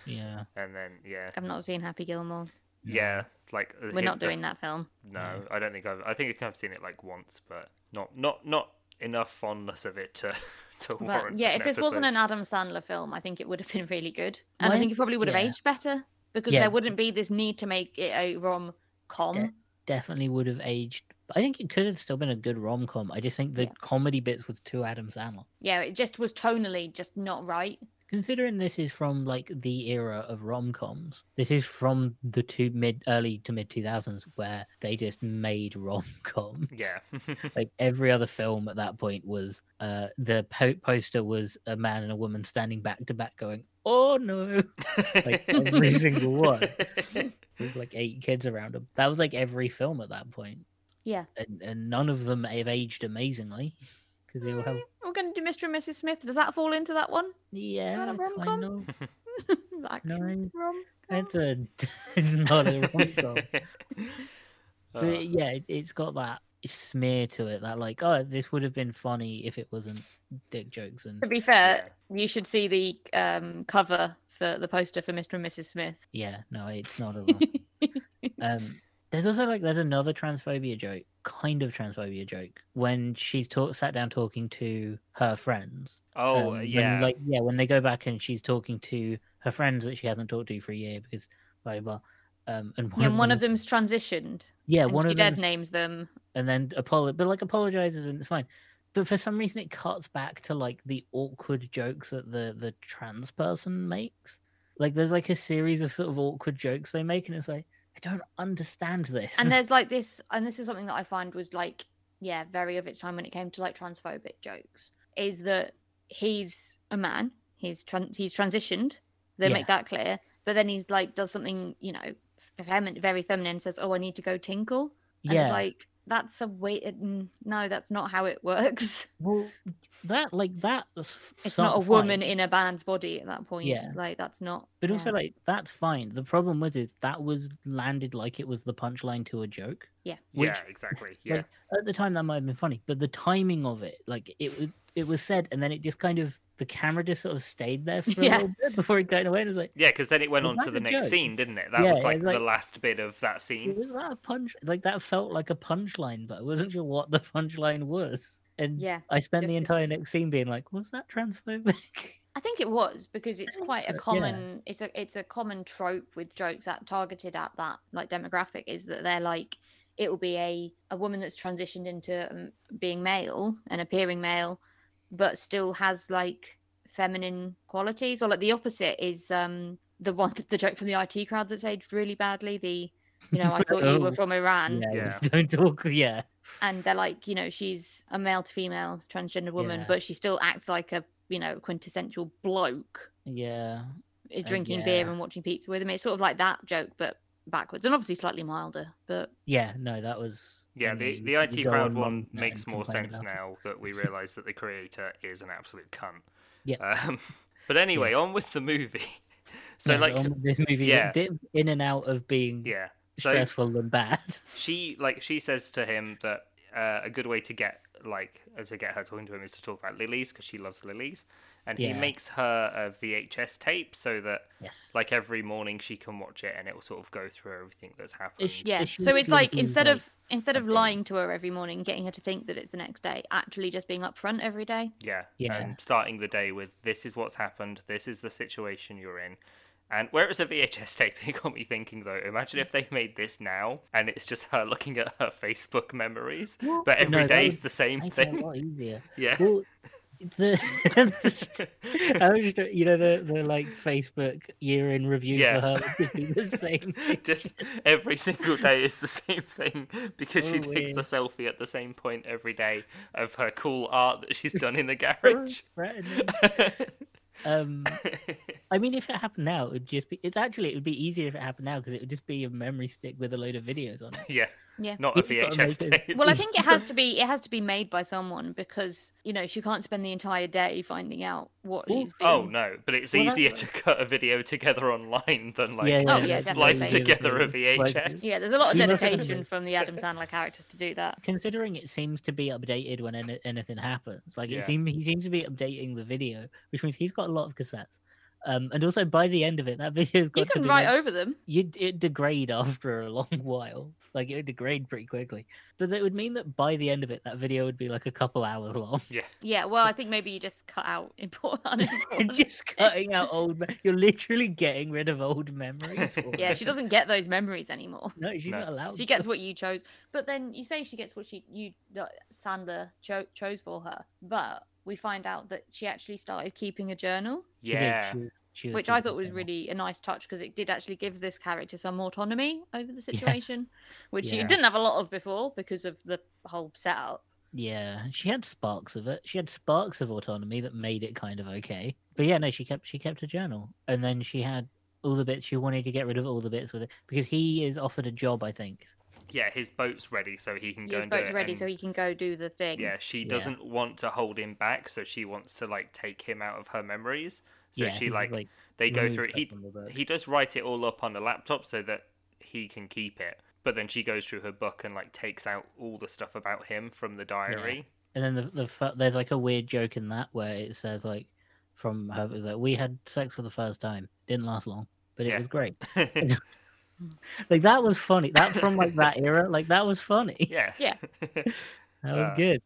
Speaker 2: Yeah.
Speaker 1: and then yeah,
Speaker 3: I've not seen Happy Gilmore.
Speaker 1: yeah, like uh,
Speaker 3: We're not doing that
Speaker 1: [LAUGHS]
Speaker 3: film.
Speaker 1: No, I don't think I've. I think I've seen it like once, but not not not enough fondness of it to [LAUGHS] to
Speaker 3: But
Speaker 1: warrant.
Speaker 3: yeah,
Speaker 1: an
Speaker 3: if this wasn't
Speaker 1: episode.
Speaker 3: an Adam Sandler film, I think it would have been really good, and I
Speaker 2: Well,
Speaker 3: think it probably would have
Speaker 2: yeah.
Speaker 3: aged better because
Speaker 2: Yeah.
Speaker 3: there wouldn't be this need to make it a rom com.
Speaker 2: Yeah. Definitely would have aged. But I think it could have still been a good rom com. I just think the
Speaker 3: Yeah.
Speaker 2: comedy bits was too Adam Sandler.
Speaker 3: Yeah, it just was tonally just not right.
Speaker 2: Considering this is from like the era of rom coms, this is from the two mid early to mid two thousands where they just made [LAUGHS] rom coms.
Speaker 1: yeah,
Speaker 2: like every other film at that point was uh the po- poster was a man and a woman standing back to back going oh no [LAUGHS]
Speaker 1: [LAUGHS]
Speaker 2: Like, every single one. with like eight kids around them that was like every film at that point
Speaker 3: Yeah.
Speaker 2: and, and none of them have aged amazingly because they all have
Speaker 3: Mm, We're going to do Mr. and Mrs. Smith. Does that fall into that one?
Speaker 2: yeah
Speaker 3: rom-com?
Speaker 2: kind of.
Speaker 3: Action rom.
Speaker 2: it's a [LAUGHS] it's not
Speaker 3: [LAUGHS]
Speaker 2: a
Speaker 1: [LAUGHS]
Speaker 2: rom-com
Speaker 1: Uh,
Speaker 2: but yeah it, it's got that smear to it that like oh this would have been funny if it wasn't dick jokes and
Speaker 3: To be fair, you should see the um, cover for the poster for Mr. and Mrs. Smith.
Speaker 2: Yeah, no, it's not at all. um, there's also like there's another transphobia joke, kind of transphobia joke, when she's talk sat down talking to her friends. um,
Speaker 1: oh
Speaker 2: when,
Speaker 1: yeah,
Speaker 2: like yeah, when they go back and she's talking to her friends that she hasn't talked to for a year because blah blah. blah. Um, and one,
Speaker 3: and one
Speaker 2: them
Speaker 3: of
Speaker 2: is-
Speaker 3: them's transitioned.
Speaker 2: yeah,
Speaker 3: and
Speaker 2: one
Speaker 3: she
Speaker 2: of
Speaker 3: dead
Speaker 2: them,
Speaker 3: names them.
Speaker 2: and then apolo- but like apologizes and it's fine. But for some reason, it cuts back to like the awkward jokes that the the trans person makes. Like there's like a series of sort of awkward jokes they make, and it's like I don't understand this. [LAUGHS]
Speaker 3: And there's like this, and this is something that I find was like, yeah, very of its time when it came to like transphobic jokes. Is that he's a man, he's tran- he's transitioned. They
Speaker 2: Yeah.
Speaker 3: make that clear, but then he's like does something, you know, feminine, very feminine. Says, "Oh, I need to go tinkle." And
Speaker 2: yeah,
Speaker 3: it's like that's a way. it- mm, No, that's not how it works. [LAUGHS]
Speaker 2: well, that like that.
Speaker 3: It's not a woman in a man's body at that point.
Speaker 2: Yeah.
Speaker 3: like that's not.
Speaker 2: But
Speaker 3: yeah.
Speaker 2: also, like, that's fine. The problem was is that was landed like it was the punchline to a joke. which-
Speaker 1: yeah, exactly. Yeah,
Speaker 2: like, At the time, that might have been funny, but the timing of it, like, it was it was said, and then it just kind of the camera just sort of stayed there for a
Speaker 3: Yeah.
Speaker 2: little bit before it got away, and it was like,
Speaker 1: yeah, because then it went
Speaker 2: well,
Speaker 1: on to
Speaker 2: that's
Speaker 1: the
Speaker 2: a
Speaker 1: next
Speaker 2: joke.
Speaker 1: scene, didn't it? That
Speaker 2: Yeah,
Speaker 1: was
Speaker 2: it's
Speaker 1: like,
Speaker 2: like-
Speaker 1: the last bit of that scene.
Speaker 2: was that a punch? Like that felt like a punchline, but I wasn't sure what the punchline was. And
Speaker 3: Yeah,
Speaker 2: I spent the
Speaker 3: just
Speaker 2: entire
Speaker 3: this-
Speaker 2: next scene being like, was that transphobic? [LAUGHS]
Speaker 3: I think it was because it's
Speaker 2: think
Speaker 3: quite
Speaker 2: so,
Speaker 3: a
Speaker 2: yeah.
Speaker 3: common. It's a it's a common trope with jokes that targeted at that like demographic is that they're like it will be a a woman that's transitioned into um, being male and appearing male, but still has like feminine qualities or like the opposite is um the one [LAUGHS] the joke from the IT crowd that's aged really badly the you
Speaker 2: [LAUGHS]
Speaker 3: know I thought you were
Speaker 2: Oh.
Speaker 3: from Iran
Speaker 1: Yeah.
Speaker 2: Don't talk. Yeah.
Speaker 3: and they're like, you know, she's a male to female transgender woman,
Speaker 2: Yeah.
Speaker 3: but she still acts like a, you know, quintessential bloke
Speaker 2: Yeah.
Speaker 3: uh, drinking beer
Speaker 2: yeah.
Speaker 3: and watching pizza with him. It's sort of like that joke, but backwards and obviously slightly milder. But
Speaker 2: Yeah. No, that was.
Speaker 1: Yeah,
Speaker 2: you know,
Speaker 1: the,
Speaker 2: you-
Speaker 1: the
Speaker 2: you
Speaker 1: IT
Speaker 2: go
Speaker 1: crowd
Speaker 2: on
Speaker 1: one
Speaker 2: Mumnet
Speaker 1: makes
Speaker 2: and
Speaker 1: more
Speaker 2: complain
Speaker 1: sense
Speaker 2: about it.
Speaker 1: now
Speaker 2: [LAUGHS]
Speaker 1: that we realise that the creator is an absolute cunt.
Speaker 2: Yeah.
Speaker 1: Um, [LAUGHS] but anyway, on with the movie. [LAUGHS] So
Speaker 2: Yeah,
Speaker 1: like,
Speaker 2: on this movie,
Speaker 1: yeah.
Speaker 2: yeah. dip in and out of being
Speaker 1: yeah. So
Speaker 2: stressful and bad. [LAUGHS]
Speaker 1: she like she says to him that uh, a good way to get like uh, to get her talking to him is to talk about lilies because she loves lilies, and he
Speaker 2: Yeah.
Speaker 1: makes her a VHS tape so that
Speaker 2: yes.
Speaker 1: like every morning she can watch it and it will sort of go through everything that's happened.
Speaker 2: she-
Speaker 3: yeah,
Speaker 2: Is
Speaker 3: so it's
Speaker 2: looking
Speaker 3: like instead
Speaker 2: like
Speaker 3: of instead of
Speaker 2: something?
Speaker 3: lying to her every morning, and getting her to think that it's the next day, actually just being upfront every day.
Speaker 1: Yeah.
Speaker 2: Yeah.
Speaker 1: And starting the day with this is what's happened, this is the situation you're in. And where it's a VHS tape, [LAUGHS] it got me thinking though, imagine if they made this now and it's just her looking at her Facebook memories. But every
Speaker 2: No,
Speaker 1: day's
Speaker 2: that
Speaker 1: the [LAUGHS]
Speaker 2: would
Speaker 1: same
Speaker 2: make it a
Speaker 1: thing.
Speaker 2: lot easier.
Speaker 1: [LAUGHS] Yeah.
Speaker 2: Well, the [LAUGHS] I was just, you know, the, the like Facebook year in review
Speaker 1: Yeah.
Speaker 2: for her would be
Speaker 1: [LAUGHS]
Speaker 2: the same. thing.
Speaker 1: just every single day is the same thing because she
Speaker 2: Oh,
Speaker 1: takes a
Speaker 2: weird.
Speaker 1: selfie at the same point every day of her cool art that she's done
Speaker 2: [LAUGHS]
Speaker 1: in the garage. [LAUGHS]
Speaker 2: Threatening. Um, I mean, if it happened now, it would just be. It's actually it would be easier if it happened now because it would just be a memory stick with a load of videos on it.
Speaker 1: yeah.
Speaker 3: Yeah.
Speaker 1: Not a
Speaker 2: You've just gotta
Speaker 1: VHS
Speaker 2: make it-
Speaker 1: tape.
Speaker 3: Well, I think it has to be it has to be made by someone because you know she can't spend the entire day finding out what
Speaker 2: Well,
Speaker 3: she's been.
Speaker 1: Oh no, but it's
Speaker 2: Well, that
Speaker 1: easier
Speaker 2: was-
Speaker 1: to cut a video together online than like
Speaker 2: Yeah,
Speaker 3: Oh, yeah,
Speaker 1: splice
Speaker 3: definitely.
Speaker 1: together a
Speaker 2: Splice it.
Speaker 1: VHS.
Speaker 3: Yeah, there's a lot of
Speaker 2: He must have
Speaker 3: dedication
Speaker 2: been. [LAUGHS]
Speaker 3: from the Adam Sandler character to do that.
Speaker 2: Considering it seems to be updated when any, anything happens, like
Speaker 1: Yeah.
Speaker 2: it seems he seems to be updating the video, which means he's got a lot of cassettes. Um, and also by the end of it, that [LAUGHS] video's got
Speaker 3: You
Speaker 2: to
Speaker 3: can
Speaker 2: be
Speaker 3: write
Speaker 2: like-
Speaker 3: over them.
Speaker 2: you'd it degrade [LAUGHS] after a long while. Like it would degrade pretty quickly. But that would mean that by the end of it, that video would be like a couple hours long. [LAUGHS]
Speaker 3: Yeah, well, I think maybe you just cut out [LAUGHS]
Speaker 1: [LAUGHS]
Speaker 3: important. unimportant.
Speaker 2: Just cutting out old. Me- You're literally getting rid of old
Speaker 1: [LAUGHS]
Speaker 2: memories. for
Speaker 3: yeah,
Speaker 2: it.
Speaker 3: she doesn't get those memories anymore.
Speaker 2: [LAUGHS] No, she's
Speaker 1: No.
Speaker 2: not allowed.
Speaker 3: She
Speaker 2: to.
Speaker 3: gets what you chose, but then you say she gets what she you that Sandra cho- chose for her, but we find out that she actually started keeping a journal,
Speaker 2: She did,
Speaker 1: Yeah.
Speaker 2: she was- she was
Speaker 3: which I
Speaker 2: keeping
Speaker 3: thought was
Speaker 2: them.
Speaker 3: really a nice touch because it did actually give this character some autonomy over the situation, which you
Speaker 2: Yeah.
Speaker 3: didn't have a lot of before because of the whole setup.
Speaker 2: Yeah, she had sparks of it. She had sparks of autonomy that made it kind of okay. But yeah, no, she kept she kept a journal, and then she had all the bits she wanted to get rid of all the bits with it because he is offered a job, I think.
Speaker 1: Yeah, his boat's ready, so he can go
Speaker 3: His
Speaker 1: and do
Speaker 3: boat's
Speaker 1: it.
Speaker 3: ready,
Speaker 1: and-
Speaker 3: so he can go do the thing.
Speaker 1: Yeah, she
Speaker 2: Yeah.
Speaker 1: doesn't want to hold him back, so she wants to like take him out of her memories. So
Speaker 2: yeah,
Speaker 1: she
Speaker 2: he's,
Speaker 1: like, they go
Speaker 2: removes
Speaker 1: through it.
Speaker 2: stuff
Speaker 1: He
Speaker 2: from the book.
Speaker 1: he does write it all up on the laptop so that he can keep it. But then she goes through her book and like takes out all the stuff about him from the
Speaker 2: [LAUGHS]
Speaker 1: diary. [LAUGHS]
Speaker 2: And then the, the fir- there's like a weird joke in that where it says like from her it was like we had sex for the first time. Didn't last long, but it
Speaker 1: Yeah.
Speaker 2: was great. Like that was funny. That from like
Speaker 1: [LAUGHS]
Speaker 2: that era, like that was funny.
Speaker 1: yeah. [LAUGHS]
Speaker 3: Yeah.
Speaker 2: [LAUGHS] That was
Speaker 1: Uh,
Speaker 2: good.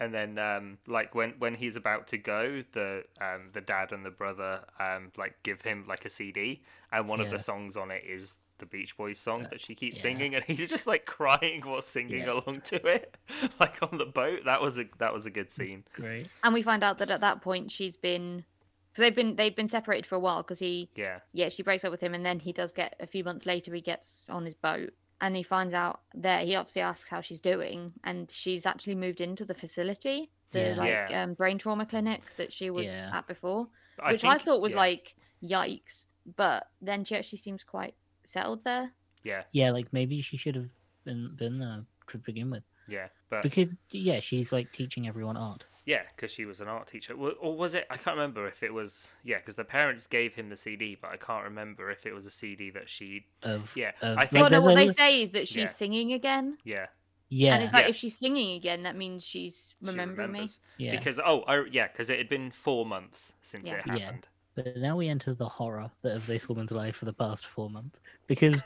Speaker 1: and then um like when when he's about to go the um the dad and the brother um like give him like a cd and one of the
Speaker 2: Yeah.
Speaker 1: songs on it is the beach boys song
Speaker 3: Uh,
Speaker 1: that she keeps
Speaker 2: yeah.
Speaker 1: singing and he's just like crying while singing
Speaker 2: Yeah.
Speaker 1: along to it [LAUGHS] like on the boat that was a that was a good scene
Speaker 2: Great.
Speaker 3: and we find out that at that point she's been because they've been they've been separated for a while because he
Speaker 1: yeah
Speaker 3: yeah, she breaks up with him, and then he does get a few months later. He gets on his boat, and he finds out there. He obviously asks how she's doing, and she's actually moved into the facility, the
Speaker 2: Yeah.
Speaker 3: like
Speaker 1: Yeah.
Speaker 3: um, brain trauma clinic that she was
Speaker 2: Yeah.
Speaker 3: at before, which I,
Speaker 1: think-
Speaker 3: thought was
Speaker 1: yeah,
Speaker 3: like yikes. But then she actually seems quite settled there.
Speaker 1: yeah
Speaker 2: Yeah, like maybe she should have been been there to begin with
Speaker 1: yeah but
Speaker 2: because yeah, she's like teaching everyone art.
Speaker 1: Yeah, because she was an art teacher. Wa- Or was it? I can't remember if it was. Yeah, because the parents gave him the CD, but I can't remember if it was a CD that she.
Speaker 2: Of
Speaker 1: Yeah,
Speaker 2: of-
Speaker 1: I
Speaker 2: like,
Speaker 1: think-
Speaker 3: well, no,
Speaker 2: there-
Speaker 3: what
Speaker 2: there
Speaker 3: they
Speaker 2: was-
Speaker 3: say is that she's
Speaker 1: Yeah.
Speaker 3: singing again,
Speaker 1: Yeah,
Speaker 2: yeah,
Speaker 3: and it's like
Speaker 1: Yeah.
Speaker 3: if she's singing again, that means she's
Speaker 1: she
Speaker 3: remembering me.
Speaker 1: remembers.
Speaker 2: yeah.
Speaker 1: Because oh, I, yeah, because it had been four months since
Speaker 3: Yeah.
Speaker 1: it
Speaker 2: Yeah.
Speaker 1: happened. [LAUGHS]
Speaker 2: But now we enter the horror that of this woman's life for the past four months because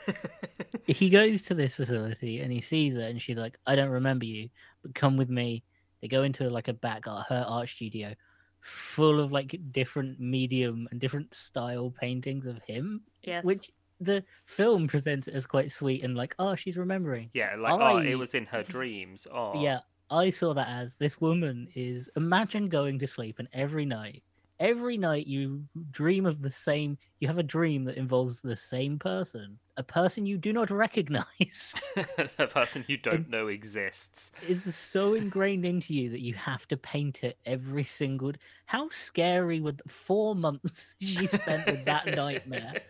Speaker 2: he goes to this facility and he sees her and she's like, "I don't remember you, but come with me." They go into like a back art, her art studio, full of like different medium and different style paintings of him,
Speaker 3: Yes,
Speaker 2: which the film presents it as quite sweet and like, "Oh, she's remembering."
Speaker 1: Yeah, like oh,
Speaker 2: I-
Speaker 1: it was in her
Speaker 2: [LAUGHS]
Speaker 1: dreams. Oh, [LAUGHS]
Speaker 2: Yeah, I saw that as this woman is imagine going to sleep and every night, every night you dream of the same, you have a dream that involves the same person, a person you do not [LAUGHS] recognize.
Speaker 1: the person you don't know exists.
Speaker 2: it's so ingrained into you that you have to paint it every single. d- How scary would the four months [LAUGHS] she spent
Speaker 1: [LAUGHS]
Speaker 2: with that nightmare?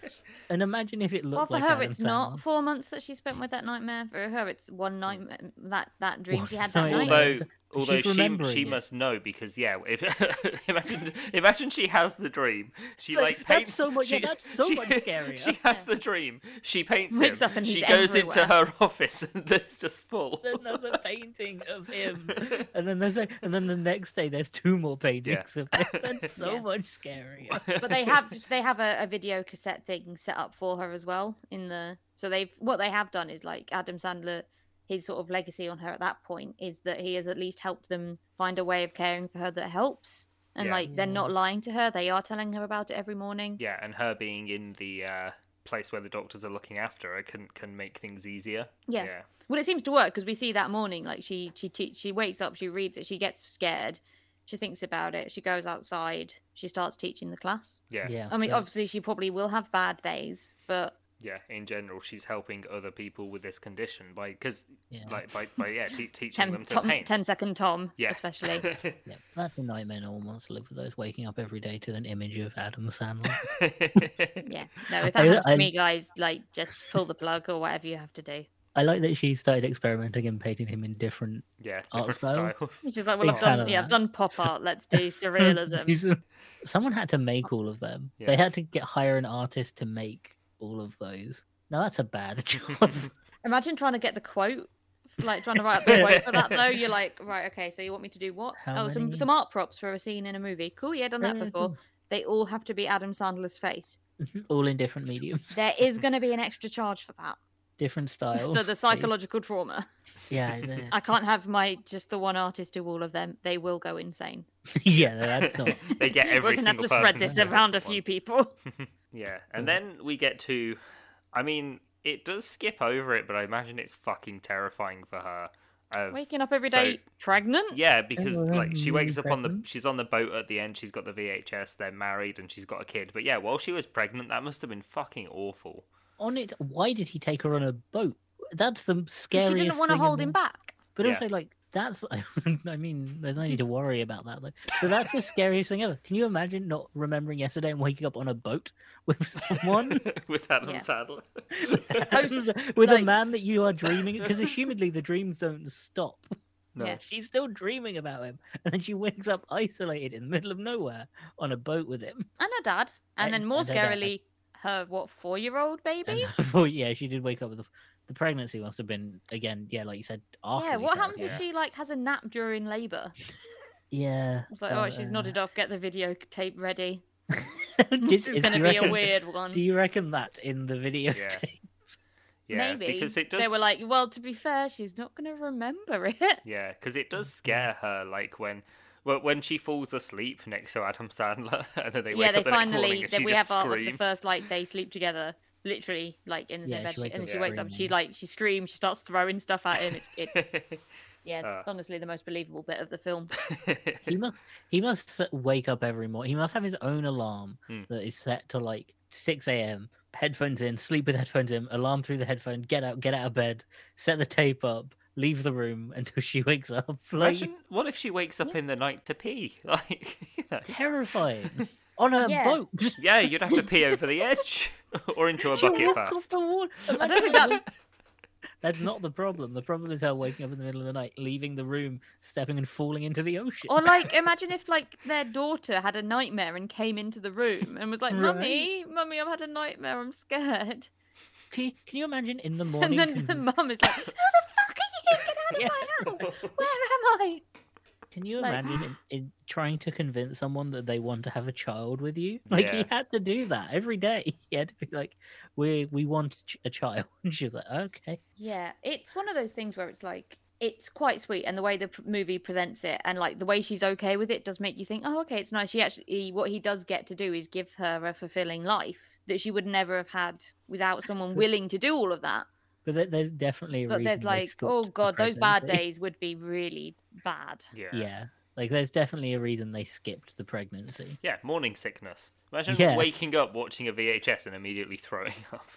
Speaker 2: And imagine if it
Speaker 3: Well,
Speaker 2: looked
Speaker 3: for
Speaker 2: like
Speaker 3: her,
Speaker 2: Adam
Speaker 3: it's not
Speaker 2: Sandler.
Speaker 3: four months that she spent with that nightmare. For her, it's one night that that dream
Speaker 2: Mm. One
Speaker 3: she had that
Speaker 2: night.
Speaker 3: night.
Speaker 1: Although, although
Speaker 2: She's
Speaker 1: she
Speaker 2: remembering
Speaker 1: she
Speaker 2: it.
Speaker 1: must know because yeah, if [LAUGHS] imagine imagine she has the dream. She like
Speaker 2: That's
Speaker 1: paints.
Speaker 2: so much- yeah,
Speaker 1: She, [LAUGHS]
Speaker 2: that's so
Speaker 1: she-
Speaker 2: much scarier.
Speaker 1: She has
Speaker 3: Yeah.
Speaker 1: the dream. She paints
Speaker 3: Wakes
Speaker 1: him.
Speaker 3: up and
Speaker 1: she
Speaker 3: he's
Speaker 1: goes into
Speaker 3: everywhere.
Speaker 1: her [LAUGHS] office and it's just full.
Speaker 2: Another painting
Speaker 1: [LAUGHS]
Speaker 2: of him. And then there's a, and then the next day there's two more paintings of it.
Speaker 1: [LAUGHS]
Speaker 2: That's so
Speaker 3: Yeah.
Speaker 2: much scarier.
Speaker 3: But they have they have a, a video cassette thing set up for her as well in the. So they've what they have done is like Adam Sandler, his sort of legacy on her at that point is that he has at least helped them find a way of caring for her that helps, and
Speaker 1: Yeah.
Speaker 3: like they're not lying to her. They are telling her about it every morning.
Speaker 1: yeah, and her being in the uh, place where the doctors are looking after her can can make things easier.
Speaker 3: Yeah. Well, it seems to work because we see that morning, like she she te- she wakes up, she reads it, she gets scared, she thinks about it, she goes outside, she starts teaching the class.
Speaker 1: Yeah. yeah.
Speaker 2: Yeah.
Speaker 3: I mean,
Speaker 2: yeah.
Speaker 3: obviously, she probably will have bad days, but
Speaker 1: yeah in general she's helping other people with this condition by because
Speaker 2: Yeah.
Speaker 1: like by, by yeah
Speaker 3: [LAUGHS]
Speaker 1: te- teaching
Speaker 3: ten
Speaker 1: them to
Speaker 3: Tom,
Speaker 1: paint
Speaker 3: 10 second Tom,
Speaker 1: yeah [LAUGHS]
Speaker 3: especially.
Speaker 2: Yeah, that's a nightmare no one wants to live with those waking up every day to an image of Adam Sandler.
Speaker 3: Yeah, no,
Speaker 2: [LAUGHS]
Speaker 3: if
Speaker 2: I-
Speaker 3: that happens to
Speaker 2: I-
Speaker 3: me, guys, like just pull the plug or whatever you have to do.
Speaker 2: I like that she started experimenting and painting him in different
Speaker 1: yeah
Speaker 2: Art
Speaker 1: different
Speaker 2: style? [LAUGHS]
Speaker 1: styles
Speaker 3: She's like, well,
Speaker 2: Big
Speaker 3: I've
Speaker 2: fan
Speaker 3: done,
Speaker 2: of
Speaker 3: yeah,
Speaker 2: that.
Speaker 3: I've done pop
Speaker 2: [LAUGHS]
Speaker 3: art. Let's do surrealism.
Speaker 2: These are- Someone had to make all of them. They
Speaker 1: Hmm, Yeah.
Speaker 2: had to get hire an artist to make all of those. Now that's a bad [LAUGHS] job.
Speaker 3: Imagine trying to get the quote, like trying to write up the quote for
Speaker 2: [LAUGHS]
Speaker 3: that. Though you're like, right, okay, so you want me to do what?
Speaker 2: How
Speaker 3: oh, some
Speaker 2: many-
Speaker 3: some art props for a scene in a movie. Cool, yeah, done that before. They all have to be Adam Sandler's face.
Speaker 2: [LAUGHS] all in different mediums,
Speaker 3: There
Speaker 2: [LAUGHS]
Speaker 3: is going to be an extra charge for that,
Speaker 2: different styles.
Speaker 3: for the
Speaker 2: please.
Speaker 3: psychological trauma.
Speaker 2: [LAUGHS] Yeah, the-
Speaker 3: I can't have my just the one artist do all of them. They will go insane.
Speaker 2: [LAUGHS] yeah, that's
Speaker 3: [LAUGHS]
Speaker 2: not.
Speaker 1: [LAUGHS] they get every
Speaker 3: We're gonna have
Speaker 1: single
Speaker 3: to
Speaker 1: person
Speaker 3: spread
Speaker 1: to
Speaker 3: this
Speaker 1: do
Speaker 3: around a
Speaker 1: one.
Speaker 3: few people.
Speaker 1: Yeah, and
Speaker 2: Yeah.
Speaker 1: then we get to, I mean, it does skip over it, but I imagine it's fucking terrifying for her. Of,
Speaker 3: Waking up every
Speaker 1: So-
Speaker 3: day pregnant.
Speaker 1: yeah, because
Speaker 2: well,
Speaker 1: like she
Speaker 2: really
Speaker 1: wakes up on the
Speaker 2: pregnant.
Speaker 1: she's on the boat at the end. She's got the VHS. They're married and she's got a kid. But yeah, while she was pregnant, that must have been fucking awful.
Speaker 2: On it, why did he take her on a boat? That's the
Speaker 3: Because
Speaker 2: scariest.
Speaker 3: she didn't want to
Speaker 2: thing in
Speaker 3: hold
Speaker 2: the-
Speaker 3: him back.
Speaker 2: But
Speaker 1: Yeah.
Speaker 2: also, like, that's, [LAUGHS] I mean, there's no need to worry about that, though. But that's the scariest thing ever. Can you imagine not remembering yesterday and waking up on a boat with [LAUGHS] someone?
Speaker 1: [LAUGHS] with Adam
Speaker 3: Yeah. [LAUGHS] Oh,
Speaker 1: Sadler.
Speaker 2: [LAUGHS]
Speaker 3: Post-
Speaker 2: with
Speaker 3: like-
Speaker 2: a man that [LAUGHS] you are dreaming, because assumedly the dreams don't stop.
Speaker 1: no,
Speaker 3: Yeah.
Speaker 2: She's still dreaming about him. And then she wakes up isolated in the middle of nowhere on a boat with [LAUGHS] him.
Speaker 3: And her dad.
Speaker 2: And-
Speaker 3: And, then more
Speaker 2: and her dad.
Speaker 3: scarily, her what four year old
Speaker 2: And
Speaker 3: baby?
Speaker 2: well, yeah, she did wake up with the, the pregnancy, must have been, again, yeah, like you said, after.
Speaker 3: Yeah,
Speaker 2: the
Speaker 3: what
Speaker 2: child.
Speaker 3: happens
Speaker 1: Yeah.
Speaker 3: if she like has a nap during labour?
Speaker 2: Yeah. [LAUGHS]
Speaker 3: It's like, oh, she's
Speaker 2: uh,
Speaker 3: nodded off. Get the videotape ready. [LAUGHS]
Speaker 2: just-
Speaker 3: This is going to
Speaker 2: do you
Speaker 3: be a
Speaker 2: reckon-
Speaker 3: weird
Speaker 2: Do
Speaker 3: one.
Speaker 2: you reckon that's in the video?
Speaker 1: Yeah.
Speaker 2: [LAUGHS] tape?
Speaker 1: yeah,
Speaker 3: Maybe
Speaker 1: because it does.
Speaker 3: they were like, well, to be fair, she's not going to remember it.
Speaker 1: Yeah, because it
Speaker 2: [LAUGHS]
Speaker 1: does scare her. Like when, well, when she falls asleep next to Adam Sandler, [LAUGHS] and then they wake
Speaker 3: yeah, they
Speaker 1: up the next morning
Speaker 3: finally
Speaker 1: and
Speaker 3: then
Speaker 1: she
Speaker 3: we have
Speaker 1: just
Speaker 3: our, like,
Speaker 1: screams.
Speaker 3: the
Speaker 1: [LAUGHS]
Speaker 3: first like they sleep together, literally like in the same
Speaker 2: Yeah,
Speaker 3: bed,
Speaker 2: she
Speaker 3: she-
Speaker 2: wakes
Speaker 3: and
Speaker 2: up
Speaker 3: she wakes up. She
Speaker 2: screaming.
Speaker 3: like she screams, she starts throwing stuff at him. It's
Speaker 1: [LAUGHS]
Speaker 3: it's yeah,
Speaker 1: Uh.
Speaker 3: it's honestly the most believable bit of
Speaker 1: [LAUGHS]
Speaker 3: the film.
Speaker 2: he must he must se- wake up every morning. He must have his own alarm
Speaker 1: Hmm.
Speaker 2: that is set to like six a.m. Headphones in, sleep with headphones in, alarm through the headphone, get out, get out of bed, set the tape up, leave the room [LAUGHS] until she wakes up. [LAUGHS] Like
Speaker 1: Imagine what if she wakes up in the night to pee? [LAUGHS] Like, you know. [LAUGHS]
Speaker 2: terrifying on a
Speaker 3: Yeah.
Speaker 2: boat. Just
Speaker 1: yeah, you'd have to pee over
Speaker 3: [LAUGHS]
Speaker 1: the edge [LAUGHS] or into a
Speaker 2: she
Speaker 1: bucket
Speaker 2: walk off
Speaker 1: first.
Speaker 2: the water.
Speaker 3: I
Speaker 2: Imagine
Speaker 3: don't think
Speaker 2: how
Speaker 3: that's
Speaker 2: That's not the problem. The problem is her waking up in the middle of the night, leaving the room, stepping and falling into the ocean.
Speaker 3: or [LAUGHS] like imagine if like their daughter had a nightmare and came into the room and was like, "Mummy, mummy, I've had a nightmare. I'm [LAUGHS] scared."
Speaker 2: can, you, can you imagine in the morning?
Speaker 3: [LAUGHS] and then the
Speaker 2: conv-
Speaker 3: mum [LAUGHS] is like, "Who the fuck are you? Get out of
Speaker 2: Yeah.
Speaker 3: [LAUGHS] my house! Where am I?"
Speaker 2: Can you
Speaker 3: Like-
Speaker 2: imagine
Speaker 3: [SIGHS]
Speaker 2: in, in trying to convince someone that they want to have a child with you? [LAUGHS] Like he
Speaker 1: Yeah.
Speaker 2: had to do that every day. [LAUGHS] He had to be like, "We we want a ch- a child," [LAUGHS] and she was like, "Okay."
Speaker 3: Yeah, it's one of those things where it's like it's quite sweet, and the way the p- movie presents it, and like the way she's okay with it, does make you think, oh, okay, it's nice. She actually, what he does get to do is give her a fulfilling life that she would never have had without someone [LAUGHS] willing to do all of that.
Speaker 2: But there, there's definitely a
Speaker 3: But
Speaker 2: reason.
Speaker 3: there's
Speaker 2: they
Speaker 3: like,
Speaker 2: stopped
Speaker 3: oh
Speaker 2: the
Speaker 3: god, those bad
Speaker 2: pregnancy.
Speaker 3: days would be really
Speaker 1: [LAUGHS]
Speaker 3: bad.
Speaker 1: Yeah.
Speaker 2: Yeah.
Speaker 1: yeah.
Speaker 2: like there's definitely a reason they skipped the pregnancy.
Speaker 1: morning sickness. Imagine
Speaker 2: Yeah.
Speaker 1: waking up watching a VHS and immediately throwing [LAUGHS] up.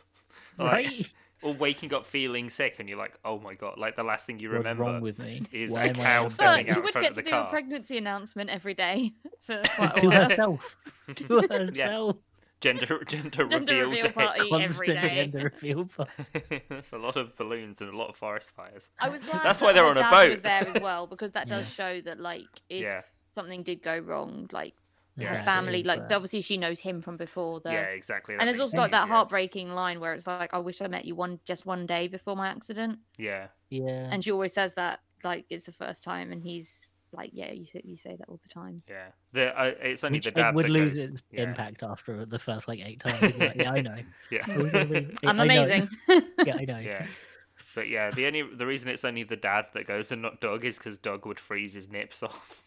Speaker 1: Like,
Speaker 2: Right?
Speaker 1: Or waking up feeling sick and you're like, oh my god, like the last thing you
Speaker 2: [LAUGHS] What's
Speaker 1: remember.
Speaker 2: wrong with me?
Speaker 1: is
Speaker 2: Why
Speaker 1: a
Speaker 2: am I
Speaker 1: cow
Speaker 2: on-
Speaker 1: standing
Speaker 3: But
Speaker 1: out
Speaker 3: she
Speaker 1: in
Speaker 3: would
Speaker 1: front
Speaker 3: get
Speaker 1: of
Speaker 3: to
Speaker 1: the
Speaker 3: do a
Speaker 1: car.
Speaker 3: pregnancy announcement every day [LAUGHS]
Speaker 1: [LAUGHS]
Speaker 3: for quite
Speaker 2: [LAUGHS]
Speaker 3: a
Speaker 2: to
Speaker 3: while.
Speaker 2: herself? to herself?
Speaker 1: Gender [LAUGHS] gender,
Speaker 3: Gender
Speaker 1: reveal,
Speaker 3: reveal
Speaker 1: day.
Speaker 3: party.
Speaker 1: [LAUGHS]
Speaker 3: Every
Speaker 2: Constant
Speaker 3: day.
Speaker 2: gender reveal. [LAUGHS] part.
Speaker 1: That's a lot of balloons and a lot of forest fires.
Speaker 3: I was glad
Speaker 1: That's
Speaker 3: that
Speaker 1: why they're
Speaker 3: her
Speaker 1: on a
Speaker 3: dad was
Speaker 1: boat.
Speaker 3: there as well because that does
Speaker 2: Yeah.
Speaker 3: show that like if
Speaker 1: Yeah,
Speaker 3: something did go wrong, like
Speaker 1: Yeah.
Speaker 2: That
Speaker 3: her family.
Speaker 2: is,
Speaker 3: Like
Speaker 2: uh,
Speaker 3: obviously she knows him from before though.
Speaker 1: yeah, exactly. that
Speaker 3: and there's
Speaker 1: makes
Speaker 3: also
Speaker 1: it
Speaker 3: like that
Speaker 1: easier.
Speaker 3: heartbreaking line where it's like, I wish I met you one just one day before my accident.
Speaker 1: Yeah,
Speaker 2: yeah.
Speaker 3: And she always says that like it's the first time and he's like, Yeah, you say you say that all the time.
Speaker 1: yeah. The, uh, it's only
Speaker 2: Which
Speaker 1: the
Speaker 2: it
Speaker 1: dad
Speaker 2: would
Speaker 1: that
Speaker 2: lose
Speaker 1: goes,
Speaker 2: its
Speaker 1: yeah,
Speaker 2: impact after the first like eight times. You'd be like, yeah,
Speaker 1: [LAUGHS]
Speaker 2: I know. I was gonna
Speaker 1: Yeah,
Speaker 2: be-
Speaker 3: I'm
Speaker 2: I know. [LAUGHS]
Speaker 3: amazing.
Speaker 2: Yeah, I know. [LAUGHS]
Speaker 1: yeah. But yeah, the only the reason it's only the dad that goes and not Doug is because Doug would freeze his nips [LAUGHS] off.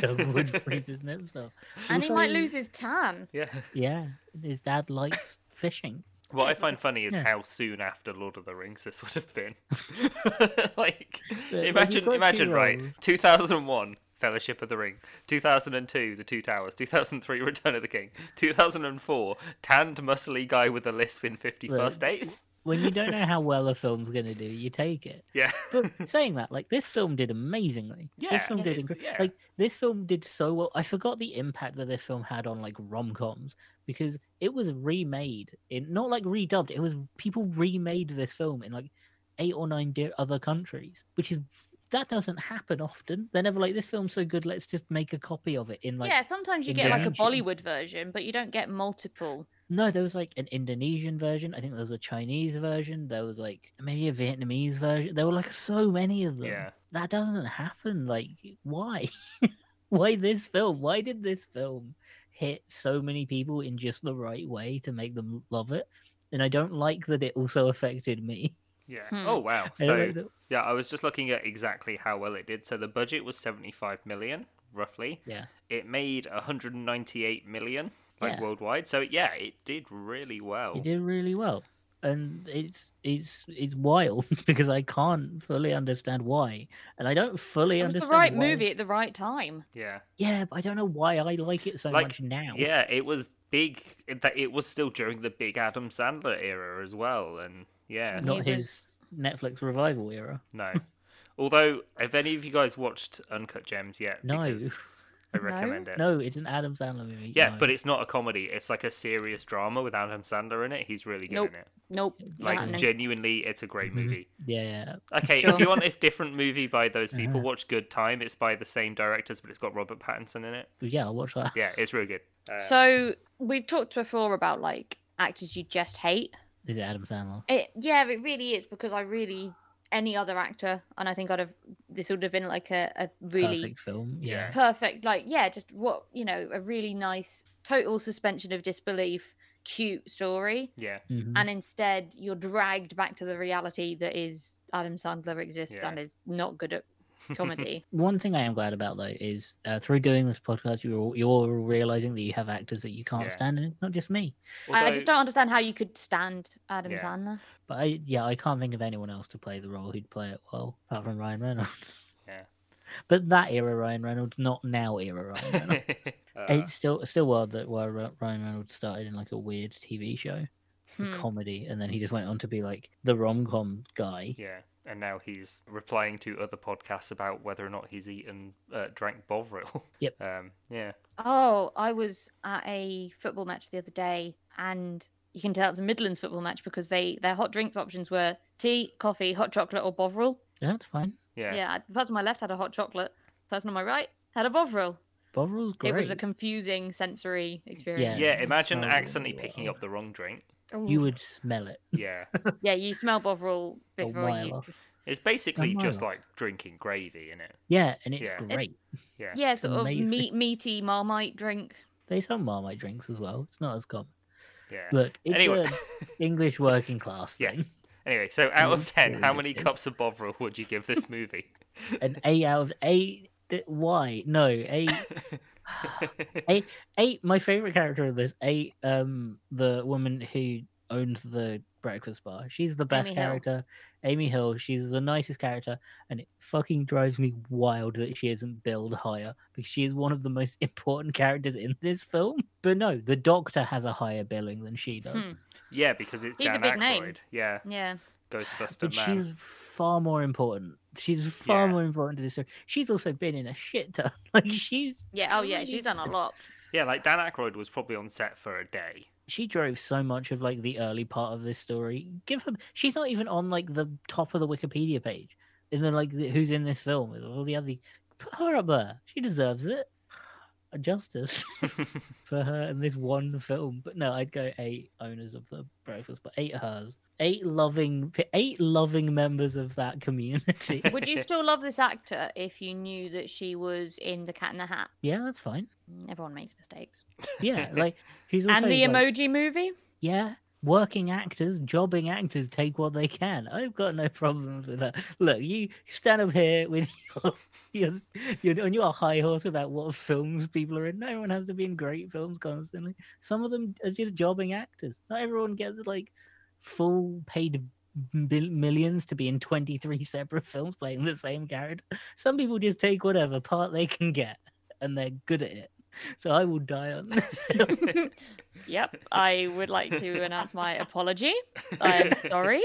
Speaker 2: Doug would freeze his nose off.
Speaker 3: [LAUGHS] and he might
Speaker 2: Also-
Speaker 3: lose his tan.
Speaker 1: Yeah.
Speaker 2: Yeah, his dad likes fishing.
Speaker 1: What I
Speaker 3: it's a-
Speaker 1: find funny is
Speaker 2: yeah.
Speaker 1: how soon after Lord of the Rings this would have
Speaker 2: [LAUGHS]
Speaker 1: been. [LAUGHS] like,
Speaker 2: like, you've
Speaker 1: imagine,
Speaker 2: got
Speaker 1: imagine,
Speaker 2: two
Speaker 1: right?
Speaker 2: roles.
Speaker 1: Two thousand and one, Fellowship of the Ring. Two thousand and two, The Two Towers. Two thousand three, Return of the King. Two thousand and four, tanned, muscly guy with a lisp in Fifty
Speaker 2: Look.
Speaker 1: First Dates.
Speaker 2: When you don't know how well a film's going to do, you take it.
Speaker 1: Yeah.
Speaker 2: But saying that, like this film did amazingly. this
Speaker 1: Yeah,
Speaker 2: film
Speaker 3: it
Speaker 2: did
Speaker 1: is,
Speaker 2: incre-
Speaker 1: yeah.
Speaker 2: [LAUGHS] like this film did so well. I forgot the impact that this film had on like rom coms because it was remade in not like redubbed. It was people remade this film in like eight or nine di- other countries, which is that doesn't happen often. They're never like this film's so good, let's just make a copy of it in like
Speaker 3: yeah, sometimes you
Speaker 2: in
Speaker 3: get like a
Speaker 2: Dimension.
Speaker 3: Bollywood version, but you don't get multiple.
Speaker 2: No, there was like an Indonesian version. I think there was a Chinese version. There was like maybe a Vietnamese version. There were like so many of them.
Speaker 1: Yeah.
Speaker 2: That [LAUGHS] doesn't happen. Like, why? why this film? Why did this film hit so many people in just the right way to make them love it. And I don't like that it also affected me. [LAUGHS]
Speaker 1: Yeah.
Speaker 3: Hmm.
Speaker 1: Oh wow.
Speaker 2: I don't
Speaker 1: So
Speaker 2: like that-
Speaker 1: yeah, I was just looking at exactly how well it did. So the budget was 75 million roughly.
Speaker 2: Yeah.
Speaker 1: It made 198 million like
Speaker 2: Yeah.
Speaker 1: worldwide. So yeah, it did really well.
Speaker 2: You did really well, and it's it's it's wild [LAUGHS] because I can't fully understand why, and I don't fully
Speaker 3: It was the
Speaker 2: understand
Speaker 3: right
Speaker 2: why-
Speaker 3: movie at the right time.
Speaker 1: Yeah.
Speaker 2: Yeah, but I don't know why I like it so
Speaker 1: Like,
Speaker 2: much now.
Speaker 1: Yeah, it was big that it was still during the big Adam Sandler era as well and yeah,
Speaker 2: not
Speaker 3: It
Speaker 2: his Netflix revival era.
Speaker 1: no. Although, have any of you guys watched Uncut Gems yet?
Speaker 2: No.
Speaker 1: Because I
Speaker 3: No?
Speaker 1: recommend it.
Speaker 2: No, it's an Adam Sandler movie.
Speaker 1: Yeah,
Speaker 2: no.
Speaker 1: but it's not a comedy. It's like a serious drama with Adam Sandler in it. He's really good
Speaker 3: Nope.
Speaker 1: in it.
Speaker 3: Nope.
Speaker 1: Like
Speaker 3: yeah, no.
Speaker 1: genuinely, it's a great
Speaker 2: Mhm.
Speaker 1: movie.
Speaker 2: yeah, yeah.
Speaker 1: Okay, if
Speaker 3: Sure.
Speaker 1: you want a different movie by those people,
Speaker 2: Uh-huh.
Speaker 1: watch Good Time. It's by the same directors, but it's got Robert Pattinson in it.
Speaker 2: But yeah, I'll watch that.
Speaker 1: Yeah, it's really good. Uh,
Speaker 3: So we've talked before about like actors you just hate.
Speaker 2: Is it Adam Sandler?
Speaker 3: It yeah, it really is because I really any other actor, and I think I'd have this would have been like a, a really
Speaker 2: Perfect film. Yeah.
Speaker 3: perfect like yeah just what you know a really nice total suspension of disbelief cute story
Speaker 1: yeah,
Speaker 2: Mhm.
Speaker 3: and instead you're dragged back to the reality that is adam sandler exists
Speaker 1: Yeah.
Speaker 3: and is not good at
Speaker 1: [LAUGHS]
Speaker 3: comedy
Speaker 2: One thing I am glad about though is uh, through doing this podcast, you're all, you're all realizing that you have actors that you can't
Speaker 1: Yeah.
Speaker 2: stand, and it's not just me.
Speaker 3: I i
Speaker 1: Although-
Speaker 3: just don't understand how you could stand adam
Speaker 1: Yeah.
Speaker 3: sandler
Speaker 2: But I, yeah, I can't think of anyone else to play the role who'd play it well, apart from Ryan Reynolds.
Speaker 1: [LAUGHS] Yeah.
Speaker 2: But that era Ryan Reynolds, not now era
Speaker 1: [LAUGHS]
Speaker 2: Ryan Reynolds.
Speaker 1: Uh,
Speaker 2: it's still still wild that where Ry- Ryan Reynolds started in like a weird TV show, a
Speaker 3: Hmm.
Speaker 2: comedy, and then he just went on to be like the rom com guy.
Speaker 1: yeah, and now he's replying to other podcasts about whether or not he's eaten, uh, drank Bovril. [LAUGHS]
Speaker 2: Yep.
Speaker 1: Um, yeah.
Speaker 3: oh i was at a football match the other day and you can tell it's a midlands football match because they their hot drinks options were tea coffee hot chocolate or bovril
Speaker 2: Yeah, that's fine.
Speaker 1: Yeah.
Speaker 3: yeah, the person on my left had a hot chocolate person on my right had a bovril
Speaker 2: Bovril great.
Speaker 3: It was a confusing sensory
Speaker 1: Yeah,
Speaker 3: experience.
Speaker 2: Yeah, it's
Speaker 1: imagine
Speaker 2: so
Speaker 1: accidentally picking
Speaker 2: wild.
Speaker 1: up the wrong drink.
Speaker 3: Yeah,
Speaker 2: You would smell it.
Speaker 1: Yeah.
Speaker 3: Yeah, you smell Bovril
Speaker 2: A
Speaker 3: before
Speaker 2: mile
Speaker 3: you.
Speaker 2: off.
Speaker 1: It's basically
Speaker 2: Am I
Speaker 1: just
Speaker 2: not?
Speaker 1: like drinking gravy in it.
Speaker 2: Yeah, and it's
Speaker 1: Yeah. It's-
Speaker 2: great.
Speaker 1: Yeah.
Speaker 3: Yeah, sort of
Speaker 2: amazing.
Speaker 3: meat, meaty Marmite drink.
Speaker 2: They sell Marmite drinks as well. It's not as common.
Speaker 1: Yeah.
Speaker 2: Look, it's
Speaker 1: Anyway.
Speaker 2: a English working class
Speaker 1: Yeah.
Speaker 2: thing.
Speaker 1: [LAUGHS] Anyway, so out of
Speaker 2: Yes,
Speaker 1: ten,
Speaker 2: very
Speaker 1: how
Speaker 2: good
Speaker 1: many
Speaker 2: thing.
Speaker 1: cups of Bovril would you give this movie?
Speaker 2: An eight out of eight. d- Why? No, eight. Eight. My favorite character of this eight. Um, the woman who owned the breakfast bar. She's the best
Speaker 3: Amy Hill.
Speaker 2: character. Amy Hill. She's the nicest character, and it fucking drives me wild that she isn't billed higher because she is one of the most [LAUGHS] important characters in this film. But no, the Doctor has a higher billing than she does.
Speaker 3: Hmm.
Speaker 1: [LAUGHS] yeah, because it's
Speaker 3: He's a
Speaker 1: Dan
Speaker 3: big
Speaker 1: Aykroyd.
Speaker 3: name.
Speaker 1: Yeah,
Speaker 3: Yeah.
Speaker 1: Ghostbuster
Speaker 2: But
Speaker 1: Man.
Speaker 2: she's far more important. She's far
Speaker 1: Yeah.
Speaker 2: more important to this story. She's also been in a shit ton. [LAUGHS] Like she's
Speaker 3: Yeah. Oh, yeah.
Speaker 2: really-
Speaker 3: She's done a lot.
Speaker 1: Yeah, like Dan Aykroyd was probably on set for a
Speaker 3: [LAUGHS]
Speaker 1: day.
Speaker 2: she drove so much of like the early part of this story. Give her. She's not even on like the top of the Wikipedia page. And then like the, who's in this film is all the other. Put her up there. She deserves it. A Justice [LAUGHS] for her in this one film. But no, I'd go eight owners of the breakfast, but eight hers, eight loving, eight loving members of that community. [LAUGHS]
Speaker 3: Would you still love this actor if you knew that she was in The Cat in the Hat?
Speaker 2: yeah, that's fine.
Speaker 3: Mm, Everyone makes mistakes. [LAUGHS]
Speaker 2: Yeah, like she's also
Speaker 3: And the
Speaker 2: like,
Speaker 3: emoji
Speaker 2: [LAUGHS]
Speaker 3: movie?
Speaker 2: yeah, working actors, jobbing actors take what they can. I've got no problems with that. Look, you stand up here with [LAUGHS] your your, your on your high horse about what films people are in. No one has to be in great films constantly. Some of them are just jobbing actors. Not everyone gets like full paid bil- millions to be in 23 separate films playing the same character. Some people just take whatever part they can get and they're good at it. So I will die on this. hill.
Speaker 3: Yep. I would like to announce my apology. I am sorry.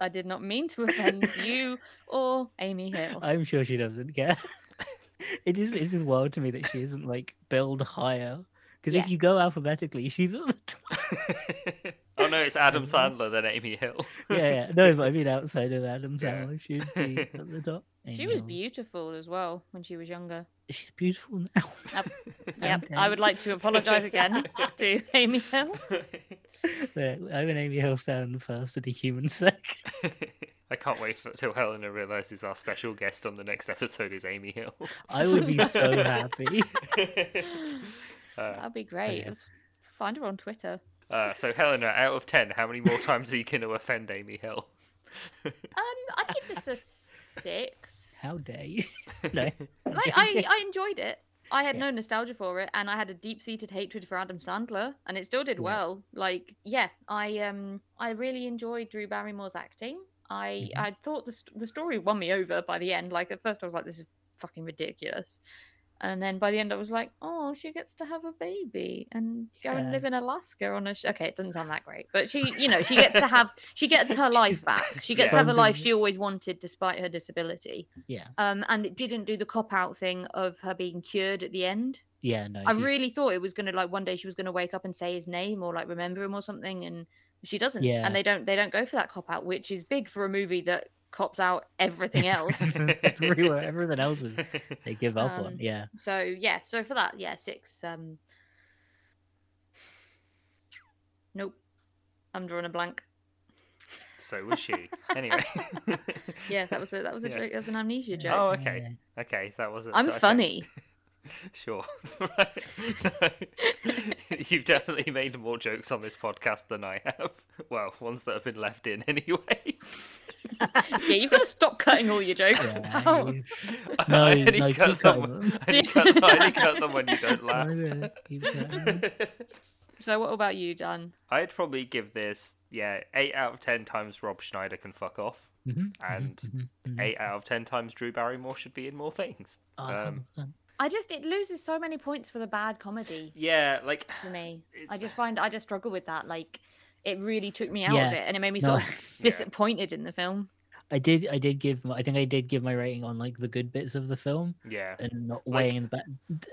Speaker 3: I did not mean to offend you or Amy Hill.
Speaker 2: I'm sure she doesn't care. [LAUGHS] it is it's just wild to me that she isn't like billed higher. Because
Speaker 3: Yeah.
Speaker 2: if you go alphabetically, [LAUGHS] she's at the top.
Speaker 1: [LAUGHS] oh no, it's Adam
Speaker 2: Mhm.
Speaker 1: Sandler then Amy Hill.
Speaker 2: yeah, yeah. No, but I mean outside of
Speaker 3: [LAUGHS]
Speaker 2: Adam
Speaker 1: Yeah.
Speaker 2: Sandler, she'd be at the top.
Speaker 3: She was
Speaker 2: Anyhow,
Speaker 3: beautiful as well when she was younger.
Speaker 2: She's beautiful now.
Speaker 3: [LAUGHS]
Speaker 2: [LAUGHS]
Speaker 3: Yep, I
Speaker 2: Okay.
Speaker 3: would like to
Speaker 2: [LAUGHS]
Speaker 3: apologise again to Amy Hill.
Speaker 2: There, I'm an Amy Hill stand first and a human [LAUGHS] second.
Speaker 1: [LAUGHS] I can't wait for, till Helena realizes our special guest on the next episode is Amy Hill.
Speaker 3: [LAUGHS]
Speaker 2: I would be so happy.
Speaker 1: [LAUGHS] Uh,
Speaker 3: That'd be great.
Speaker 2: yeah.
Speaker 3: Let's find her on Twitter.
Speaker 1: uh, so Helena, out of ten, how many more times are you going to offend Amy Hill? [LAUGHS]
Speaker 3: Um, I'd give this a six.
Speaker 2: How dare you? [LAUGHS] no. [LAUGHS]
Speaker 3: Like, I, I enjoyed it. I had no nostalgia for it, and I had a deep-seated hatred for Adam Sandler, and it still did
Speaker 2: Yeah.
Speaker 3: well. Like, yeah, I um, I really enjoyed Drew Barrymore's acting. I
Speaker 2: Mhm.
Speaker 3: I thought the st- the story won me over by the end. Like at first, I was like, this is fucking ridiculous, and then by the end, I was like, oh, she gets to have a baby and go and
Speaker 2: Yeah.
Speaker 3: live in Alaska on a. Sh- okay, it doesn't sound that great, but she, you know, she gets
Speaker 2: [LAUGHS]
Speaker 3: to have she gets her life back. She gets to have a
Speaker 2: Found
Speaker 3: life
Speaker 2: a-
Speaker 3: she always wanted, despite her disability
Speaker 2: Yeah.
Speaker 3: um, and it didn't do the cop out thing of her being cured at the end.
Speaker 2: Yeah. No.
Speaker 3: I
Speaker 2: she- [LAUGHS]
Speaker 3: really thought it was gonna like one day she was gonna wake up and say his name or like remember him or something, and she doesn't.
Speaker 2: Yeah.
Speaker 3: And they don't they don't go for that cop out, which is big for a movie that cops out
Speaker 2: [LAUGHS]
Speaker 3: everything else.
Speaker 2: everywhere, everything else is they give up
Speaker 3: Um,
Speaker 2: on. Yeah.
Speaker 3: so yeah, so for that, yeah, six. Um, nope, I'm drawing a blank.
Speaker 1: so was she. Anyway.
Speaker 3: [LAUGHS] Yeah, that was a, that was a
Speaker 1: Yeah.
Speaker 3: joke. That was an amnesia joke.
Speaker 1: Oh, okay. [LAUGHS] Okay, that wasn't.
Speaker 3: I'm
Speaker 1: okay.
Speaker 3: funny. [LAUGHS]
Speaker 1: Sure. [LAUGHS] Right. You've definitely made more jokes on this podcast than I have. Well, ones that have been left in [LAUGHS] anyway.
Speaker 3: yeah, you've got to stop cutting all your
Speaker 2: [LAUGHS]
Speaker 3: jokes [LAUGHS]
Speaker 2: Yeah,
Speaker 3: out.
Speaker 2: you-
Speaker 3: [LAUGHS]
Speaker 2: No,
Speaker 1: I only
Speaker 2: no,
Speaker 1: cut
Speaker 2: keep cutting
Speaker 1: them.
Speaker 2: them.
Speaker 1: [LAUGHS] I only cut, I only cut them when you
Speaker 2: [LAUGHS]
Speaker 1: don't [LAUGHS]
Speaker 2: Oh,
Speaker 1: laugh.
Speaker 2: yeah,
Speaker 1: [LAUGHS]
Speaker 2: keep Mm-hmm. cutting.
Speaker 3: So what about you, Dan?
Speaker 1: I'd probably give this, yeah, eight out of ten times Rob Schneider can fuck off,
Speaker 2: Mhm,
Speaker 1: and
Speaker 2: [LAUGHS] mhm, mhm.
Speaker 1: eight out of ten times Drew Barrymore should be in more things.
Speaker 2: Oh,
Speaker 1: Um,
Speaker 2: 100%.
Speaker 3: I just it loses so many points for the bad comedy
Speaker 1: Yeah, like
Speaker 3: for me. I
Speaker 1: It's-
Speaker 3: just find I just struggle with that. Like it really took me out
Speaker 2: Yeah.
Speaker 3: of it, and it made me
Speaker 2: No,
Speaker 3: sort of [LAUGHS] disappointed in the film.
Speaker 2: I did. I did give. My, I think I did give my rating on like the good bits of the film
Speaker 1: yeah,
Speaker 2: and not
Speaker 1: Like-
Speaker 2: weighing in the back.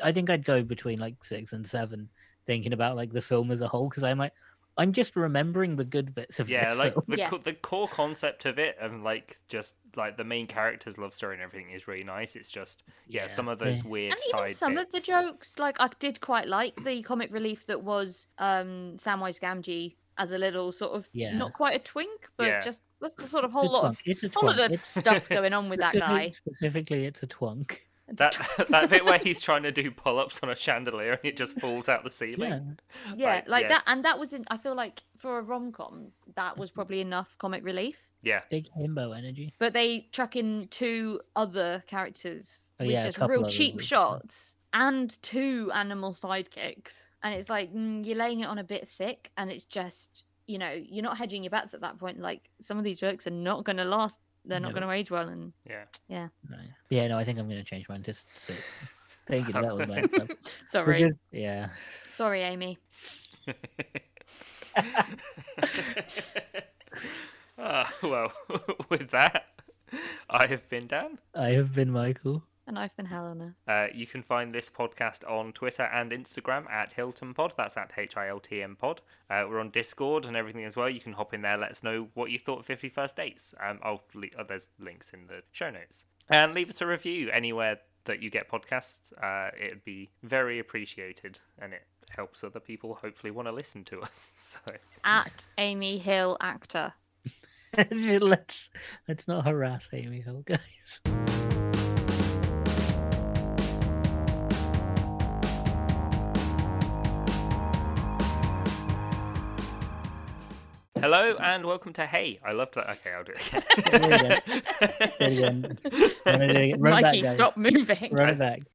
Speaker 2: I think I'd go between like six and seven, thinking about like the film as a whole, because I'm like, I'm just remembering the good bits of
Speaker 1: yeah,
Speaker 2: this
Speaker 1: like
Speaker 2: film.
Speaker 1: the
Speaker 3: Yeah.
Speaker 1: Co- the core concept of it, and like just like the main character's love story and everything is really nice. It's just yeah, some of those
Speaker 2: Yeah.
Speaker 1: weird
Speaker 3: and even
Speaker 1: side
Speaker 3: some of the
Speaker 1: bits.
Speaker 3: jokes, like I did quite like the comic relief that was um Samwise Gamgee as a little sort of
Speaker 2: Yeah.
Speaker 3: not quite a twink, but
Speaker 1: Yeah.
Speaker 3: just that's the sort of
Speaker 2: It's
Speaker 3: [LAUGHS] whole
Speaker 2: a
Speaker 3: lot
Speaker 2: twunk, it's a
Speaker 3: of whole lot
Speaker 2: twunk, [LAUGHS]
Speaker 3: of
Speaker 2: it's
Speaker 3: stuff going on with [LAUGHS] that
Speaker 2: specifically-
Speaker 3: guy.
Speaker 2: Specifically, it's a twunk.
Speaker 1: That [LAUGHS] that bit where he's trying to do pull ups on a chandelier and it just falls out the
Speaker 2: Yeah.
Speaker 1: ceiling.
Speaker 3: [LAUGHS] yeah,
Speaker 1: like,
Speaker 3: like
Speaker 1: yeah.
Speaker 3: that, and that was in. I feel like for a rom com, that was probably enough comic relief.
Speaker 1: Yeah,
Speaker 2: Big himbo energy.
Speaker 3: but they chuck in two other characters
Speaker 2: Oh,
Speaker 3: with
Speaker 2: yeah, a
Speaker 3: just
Speaker 2: couple
Speaker 3: real
Speaker 2: others
Speaker 3: cheap
Speaker 2: as well.
Speaker 3: shots and two animal sidekicks and it's like mm, you're laying it on a bit thick and it's just you know you're not hedging your bets at that point like some of these jokes are not going to last they're not
Speaker 2: No.
Speaker 3: going to age well and [LAUGHS]
Speaker 1: yeah.
Speaker 2: Right. Yeah, no, I think I'm going to change mine. Just six. Thank you. That was mine.
Speaker 3: [LAUGHS]
Speaker 2: so- we're
Speaker 3: sorry
Speaker 2: good. Yeah.
Speaker 3: sorry amy
Speaker 1: [LAUGHS] Ah, well, [LAUGHS] with that, I have been Dan.
Speaker 2: I have been Michael.
Speaker 3: and i've been helena
Speaker 1: Uh, you can find this podcast on Twitter and Instagram at Hilton Pod. That's at H I L T M Pod. Uh, we're on Discord and everything as well. You can hop in there, let us know what you thought of 51st Dates. Um, I'll le- oh, there's links in the show notes. And leave us a review anywhere that you get podcasts. Uh, it'd be very appreciated and it helps other people hopefully want to listen to us. [LAUGHS] So,
Speaker 3: at amy hill actor
Speaker 2: [LAUGHS] let's let's not harass Amy Hill, guys.
Speaker 1: hello and welcome to Hey. I loved that. Okay, I'll do
Speaker 2: There we go.
Speaker 1: it again. [LAUGHS]
Speaker 2: There we go. Run it back, [LAUGHS]
Speaker 3: mikey
Speaker 2: guys.
Speaker 3: stop moving
Speaker 2: Run it back.